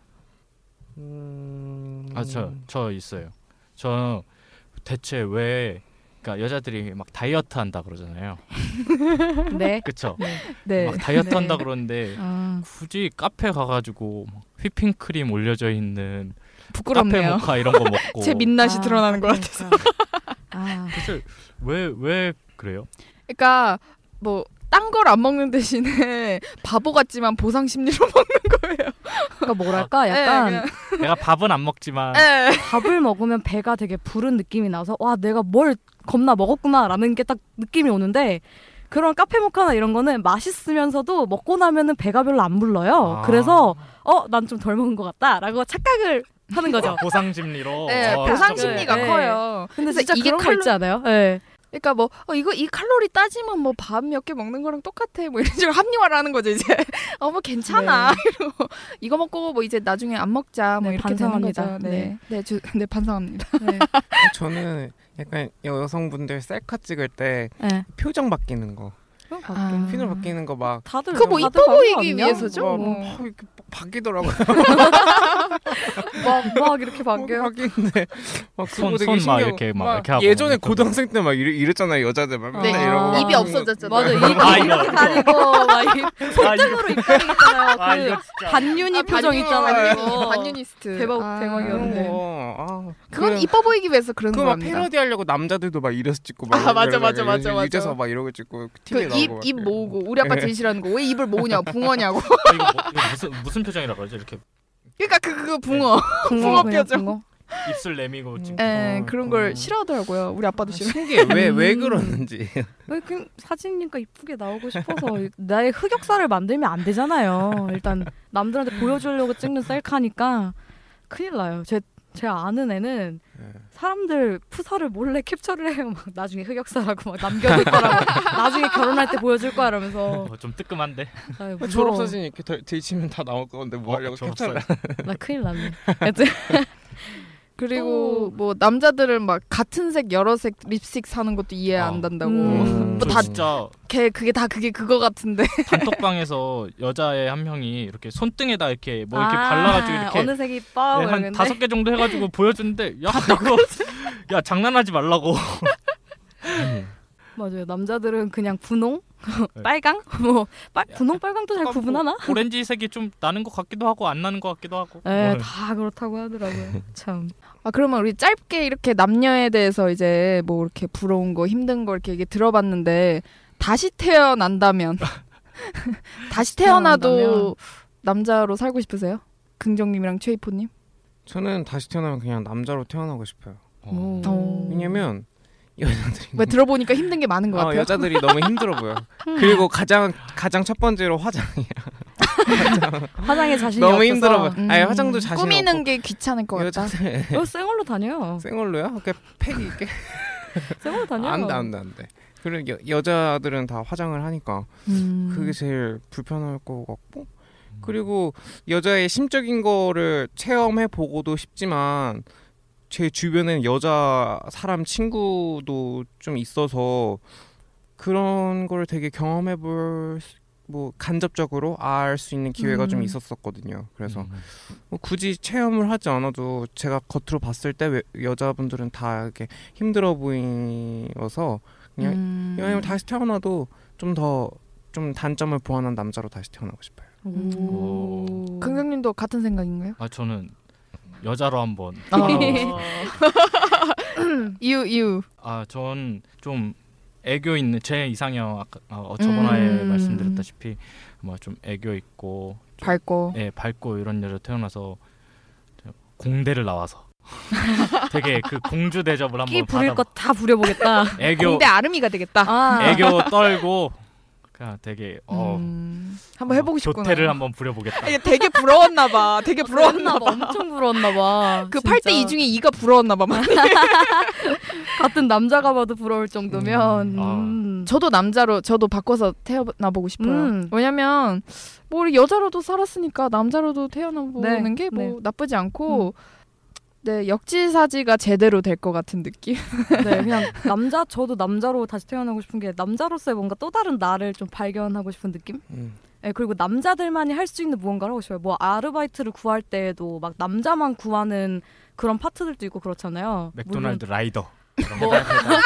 Speaker 4: 음...
Speaker 5: 아 저 저 있어요. 저 대체 왜 그러니까 여자들이 막 다이어트 한다 그러잖아요.
Speaker 3: 네.
Speaker 5: 그쵸?
Speaker 3: 네.
Speaker 5: 막 다이어트
Speaker 2: 네.
Speaker 5: 한다 그러는데
Speaker 2: 아,
Speaker 5: 굳이 카페 가가지고 막 휘핑크림 올려져 있는 카페
Speaker 2: 부끄럽네요.
Speaker 5: 모카 이런 거 먹고
Speaker 2: 제 민낯이
Speaker 3: 아,
Speaker 2: 드러나는 것 같아서.
Speaker 3: 그러니까. 아,
Speaker 5: 사실 왜 왜 그래요?
Speaker 2: 그러니까 뭐 딴 걸 안 먹는 대신에 바보 같지만 보상 심리로 먹는 거예요.
Speaker 3: 그러니까 뭐랄까
Speaker 2: 예,
Speaker 3: 약간
Speaker 2: 그냥-
Speaker 5: 내가 밥은 안 먹지만
Speaker 2: 예.
Speaker 3: 밥을 먹으면 배가 되게 부른 느낌이 나서 와 내가 뭘 겁나 먹었구나라는 게 딱 느낌이 오는데 그런 카페 모카나 이런 거는 맛있으면서도 먹고 나면은 배가 별로 안 불러요.
Speaker 5: 아.
Speaker 3: 그래서 어 난 좀 덜 먹은 것 같다라고 착각을 하는
Speaker 5: 아,
Speaker 3: 거죠.
Speaker 5: 보상 심리로
Speaker 2: 예,
Speaker 5: 어,
Speaker 2: 보상
Speaker 5: 저거-
Speaker 2: 심리가
Speaker 3: 네.
Speaker 2: 커요.
Speaker 3: 근데
Speaker 2: 그래서
Speaker 3: 진짜
Speaker 2: 이게
Speaker 3: 그런 거
Speaker 2: 칼로-
Speaker 3: 있지 않아요? 예.
Speaker 2: 그러니까 뭐 어, 이거 이 칼로리 따지면 뭐 밥 몇 개 먹는 거랑 똑같아 뭐 이런 식으로 합리화라는 거죠 이제 어 뭐 괜찮아 이러고 이거 먹고 뭐 이제 나중에 안 먹자 뭐
Speaker 3: 네,
Speaker 2: 이렇게
Speaker 3: 반성합니다.
Speaker 2: 되는 거죠 네네 네, 주- 네, 반성합니다
Speaker 4: 저는 약간 여성분들 셀카 찍을 때
Speaker 3: 예.
Speaker 4: 표정 바뀌는 거,
Speaker 2: 아.
Speaker 4: 표정 바뀌는 거막
Speaker 3: 다들
Speaker 2: 그거 뭐
Speaker 3: 다들
Speaker 2: 이뻐
Speaker 3: 반응
Speaker 2: 보이기
Speaker 3: 없냐?
Speaker 2: 위해서죠?
Speaker 4: 막,
Speaker 2: 뭐.
Speaker 4: 막 이렇게 바뀌더라고요.
Speaker 2: 막, 뭐, 막 이렇게
Speaker 4: 막 바뀌는데 막
Speaker 5: 손-
Speaker 4: 그거 되게
Speaker 5: 손막
Speaker 4: 신기하고
Speaker 5: 이렇게 막 이렇게 하고
Speaker 4: 예전에
Speaker 5: 그러니까.
Speaker 4: 고등학생 때 막 이랬잖아요 여자들 막
Speaker 2: 네.
Speaker 4: 맨날 이러고 막
Speaker 2: 입이
Speaker 4: 하는
Speaker 2: 없어졌잖아요.
Speaker 4: 거.
Speaker 3: 맞아
Speaker 4: 네.
Speaker 3: 입
Speaker 5: 아,
Speaker 3: 이렇게
Speaker 5: 이거, 이거.
Speaker 3: 가리고 막 이-
Speaker 5: 아, 이거-
Speaker 3: 손등으로 입가리잖아요.
Speaker 5: 아,
Speaker 3: 그
Speaker 5: 이거 진짜.
Speaker 3: 반윤이 표정 있잖아요. 이거.
Speaker 2: 반유니스트
Speaker 3: 대박,
Speaker 4: 그런
Speaker 3: 대박이었네.
Speaker 4: 거. 아,
Speaker 2: 어. 그건
Speaker 4: 그냥
Speaker 2: 이뻐 보이기 위해서 그런
Speaker 4: 그거 막
Speaker 2: 겁니다
Speaker 4: 패러디 하려고 남자들도 막 이래서 찍고
Speaker 2: 아,
Speaker 4: 막
Speaker 2: 맞아,
Speaker 4: 이러고
Speaker 2: 맞아,
Speaker 4: 막
Speaker 2: 맞아,
Speaker 4: 이러고
Speaker 2: 맞아.
Speaker 4: 유재석 막 이러고 찍고 TV에
Speaker 2: 그
Speaker 4: 나오고
Speaker 2: 입
Speaker 4: 막
Speaker 2: 입
Speaker 4: 이러고.
Speaker 2: 모으고 우리 아빠
Speaker 4: 네.
Speaker 2: 제일 싫어하는 거 왜 입을 모으냐 붕어냐고
Speaker 5: 아, 이거, 뭐, 이거 무슨 무슨 표정이라 그러죠? 이렇게
Speaker 2: 그러니까 그 그거 붕어 붕어
Speaker 3: 뭐 그냥
Speaker 2: 표정.
Speaker 3: 붕어.
Speaker 5: 입술 내미고 지금
Speaker 4: 네.
Speaker 2: 예
Speaker 4: 어,
Speaker 2: 그런 걸 싫어하더라고요 우리 아빠도 싫어
Speaker 4: 신기해 왜왜
Speaker 3: 음.
Speaker 4: 그러는지
Speaker 3: 왜 그, 사진이니까 이쁘게 나오고 싶어서 나의 흑역사를 만들면 안 되잖아요. 일단 남들한테 보여주려고 찍는 셀카니까 큰일 나요. 제, 제 아는 애는
Speaker 4: 네.
Speaker 3: 사람들 푸사를 몰래 캡처를 해요. 막 나중에 흑역사라고 막 남겨둘 거라고 나중에 결혼할 때 보여줄 거야 이러면서
Speaker 5: 어, 좀 뜨끔한데
Speaker 3: 아유, 무서워.
Speaker 4: 졸업 사진 이렇게 들- 들이치면 다 나올 건데 뭐 하려고
Speaker 5: 어, 졸업사진.
Speaker 4: 캡처를
Speaker 3: 나 큰일 났네. 하여튼
Speaker 2: 그리고 뭐 남자들은 막 같은 색 여러 색 립스틱 사는 것도 이해
Speaker 5: 아.
Speaker 2: 안 된다고. 뭐
Speaker 3: 음.
Speaker 5: 저
Speaker 2: 다-
Speaker 5: 진짜
Speaker 2: 걔 그게 다 그게 그거 같은데.
Speaker 5: 단톡방에서 여자애 한 명이 이렇게 손등에다 이렇게 뭐 이렇게
Speaker 3: 아,
Speaker 5: 발라가지고 이렇게
Speaker 3: 어느 색이 이뻐
Speaker 5: 네,
Speaker 3: 뭐
Speaker 5: 한
Speaker 3: 이러는데
Speaker 5: 다섯 개 정도 해가지고 보여주는데 야 이거 야 장난하지 말라고
Speaker 3: 맞아요. 남자들은 그냥 분홍,
Speaker 5: 네.
Speaker 3: 빨강, 뭐 빨, 분홍 빨강도 잘 구분하나?
Speaker 5: 오렌지색이 좀 나는 것 같기도 하고 안 나는 것 같기도 하고
Speaker 3: 네,
Speaker 5: 뭐,
Speaker 3: 다 그렇다고 하더라고요. 참.
Speaker 2: 아 그러면 우리 짧게 이렇게 남녀에 대해서 이제 뭐 이렇게 부러운 거 힘든 거 이렇게 얘기 들어봤는데 다시 태어난다면 다시 태어나도
Speaker 3: 태어난다면.
Speaker 2: 남자로 살고 싶으세요? 긍정님이랑 최이포님?
Speaker 3: 음.
Speaker 4: 저는 다시 태어나면 그냥 남자로 태어나고 싶어요
Speaker 2: 음.
Speaker 5: 어.
Speaker 4: 왜냐면 여자들이
Speaker 2: 왜 들어보니까 힘든 게 많은 것
Speaker 4: 음. 어,
Speaker 2: 같아요. 음.
Speaker 4: 여자들이 너무 힘들어 보여 그리고 가장 가장 첫 번째로 화장
Speaker 3: 화장에 자신이
Speaker 4: 너무
Speaker 3: 없어서.
Speaker 4: 힘들어 보여
Speaker 2: 음,
Speaker 4: 아니 화장도 자신
Speaker 2: 꾸미는
Speaker 4: 없고
Speaker 2: 게 귀찮을 것 같다.
Speaker 4: 여자들
Speaker 3: 어, 쌩얼로 다녀요.
Speaker 4: 생얼로야? 그렇게 팩이 있게?
Speaker 3: 쌩얼로 다녀요.
Speaker 4: 안돼 안돼 안돼 그리고 여, 여자들은 다 화장을 하니까
Speaker 2: 음.
Speaker 4: 그게 제일 불편할 것 같고 그리고 여자의 심적인 거를 체험해 보고도 싶지만 제 주변엔 여자 사람 친구도 좀 있어서 그런 걸 되게 경험해 볼뭐 간접적으로 알 수 있는 기회가 좀
Speaker 3: 음.
Speaker 4: 있었었거든요. 그래서
Speaker 5: 음.
Speaker 4: 뭐 굳이 체험을 하지 않아도 제가 겉으로 봤을 때 왜- 여자분들은 다 이렇게 힘들어 보여서 그냥
Speaker 2: 음.
Speaker 4: 왜냐면 다시 태어나도 좀 더 좀 단점을 보완한 남자로 다시 태어나고 싶어요.
Speaker 3: 오.
Speaker 2: 긍정님도 같은 생각인가요?
Speaker 5: 아 저는 여자로 한번
Speaker 2: 아. 이유 이유.
Speaker 5: 아전 좀 애교 있는 제 이상형 아까 어, 저번에
Speaker 2: 음.
Speaker 5: 말씀드렸다시피 뭐 좀 애교 있고
Speaker 2: 밝고
Speaker 5: 예, 밝고 이런 여자 태어나서 저 공대를 나와서 되게 그 공주 대접을
Speaker 3: 끼
Speaker 5: 한번
Speaker 3: 부릴
Speaker 5: 받아
Speaker 3: 것 다 부려보겠다.
Speaker 5: 애교
Speaker 2: 공대 아름이가 되겠다.
Speaker 3: 아.
Speaker 5: 애교 떨고 그냥 되게 어
Speaker 2: 음, 한번 해보고 싶구나.
Speaker 5: 조태를 한번 부려보겠다.
Speaker 2: 아, 이게 되게 부러웠나 봐. 되게 부러웠나
Speaker 3: 부러웠나 어, 봐. 엄청 부러웠나 봐.
Speaker 2: 그
Speaker 3: 진짜.
Speaker 2: 8대 2 중에 2가 부러웠나 봐. 많이.
Speaker 3: 같은 남자가 봐도 부러울 정도면.
Speaker 5: 음, 아.
Speaker 3: 음.
Speaker 2: 저도 남자로 저도 바꿔서 태어나 보고 싶어요.
Speaker 3: 음.
Speaker 2: 왜냐면 뭐 우리 여자로도 살았으니까 남자로도 태어나 보는
Speaker 3: 네,
Speaker 2: 게 뭐
Speaker 3: 네.
Speaker 2: 나쁘지 않고 네, 역지사지가 제대로 될 것 같은 느낌.
Speaker 3: 네, 그냥 남자 저도 남자로 다시 태어나고 싶은 게 남자로서의 뭔가 또 다른 나를 좀 발견하고 싶은 느낌?
Speaker 4: 음.
Speaker 3: 예, 그리고 남자들만이 할 수 있는 무언가를 하고 싶어요. 뭐 아르바이트를 구할 때에도 막 남자만 구하는 그런 파트들도 있고 그렇잖아요.
Speaker 5: 맥도날드 라이더. 그런
Speaker 3: 물론
Speaker 5: 거.
Speaker 3: 뭐-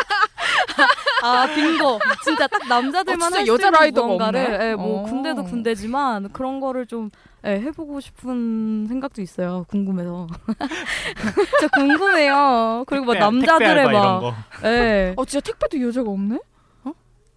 Speaker 3: 아 빙고 진짜 딱 남자들만
Speaker 2: 어, 진짜
Speaker 3: 할 수
Speaker 2: 여자
Speaker 3: 있는
Speaker 2: 라이더가
Speaker 3: 무언가를
Speaker 2: 없네?
Speaker 3: 예, 뭐
Speaker 2: 어.
Speaker 3: 군대도 군대지만 그런 거를 좀 예, 해보고 싶은 생각도 있어요. 궁금해서 진짜 궁금해요. 그리고
Speaker 5: 택배- 택배
Speaker 3: 막뭐 남자들의
Speaker 5: 알바 네, 이런
Speaker 3: 막
Speaker 5: 거.
Speaker 3: 예.
Speaker 2: 어 진짜 택배도 여자가 없네? 어?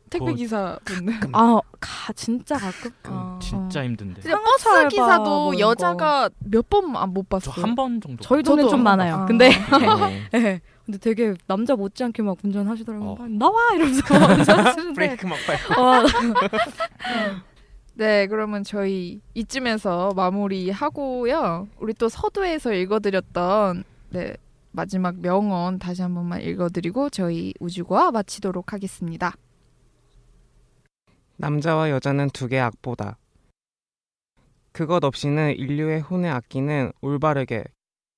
Speaker 2: 택배
Speaker 5: 뭐, 그거- 그,
Speaker 2: 기사 분들.
Speaker 3: 아, 가, 진짜 가끔. 아,
Speaker 5: 진짜 힘든데.
Speaker 2: 진짜 그 버스
Speaker 3: 알바
Speaker 2: 기사도
Speaker 3: 뭐 이런
Speaker 2: 여자가 몇 번 안 못 봤어.
Speaker 5: 저 한 번 정도.
Speaker 3: 저희 동네
Speaker 2: 저도.
Speaker 3: 좀 많아요.
Speaker 2: 아.
Speaker 3: 근데
Speaker 4: 네.
Speaker 3: 예. 근데 되게 남자 못지않게 막 운전하시더라고요.
Speaker 5: 어.
Speaker 3: 나와 이러면서 막 운전하시는데.
Speaker 4: 브레이크 막 밟고.
Speaker 3: 어,
Speaker 2: 네, 그러면 저희 이쯤에서 마무리하고요. 우리 또 서두에서 읽어드렸던 네, 마지막 명언 다시 한 번만 읽어드리고 저희 우주과 마치도록 하겠습니다.
Speaker 4: 남자와 여자는 두 개의 악보다. 그것 없이는 인류의 혼의 악기는 올바르게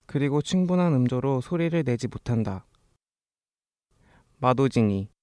Speaker 4: 그리고 충분한 음조로 소리를 내지 못한다. 마도진이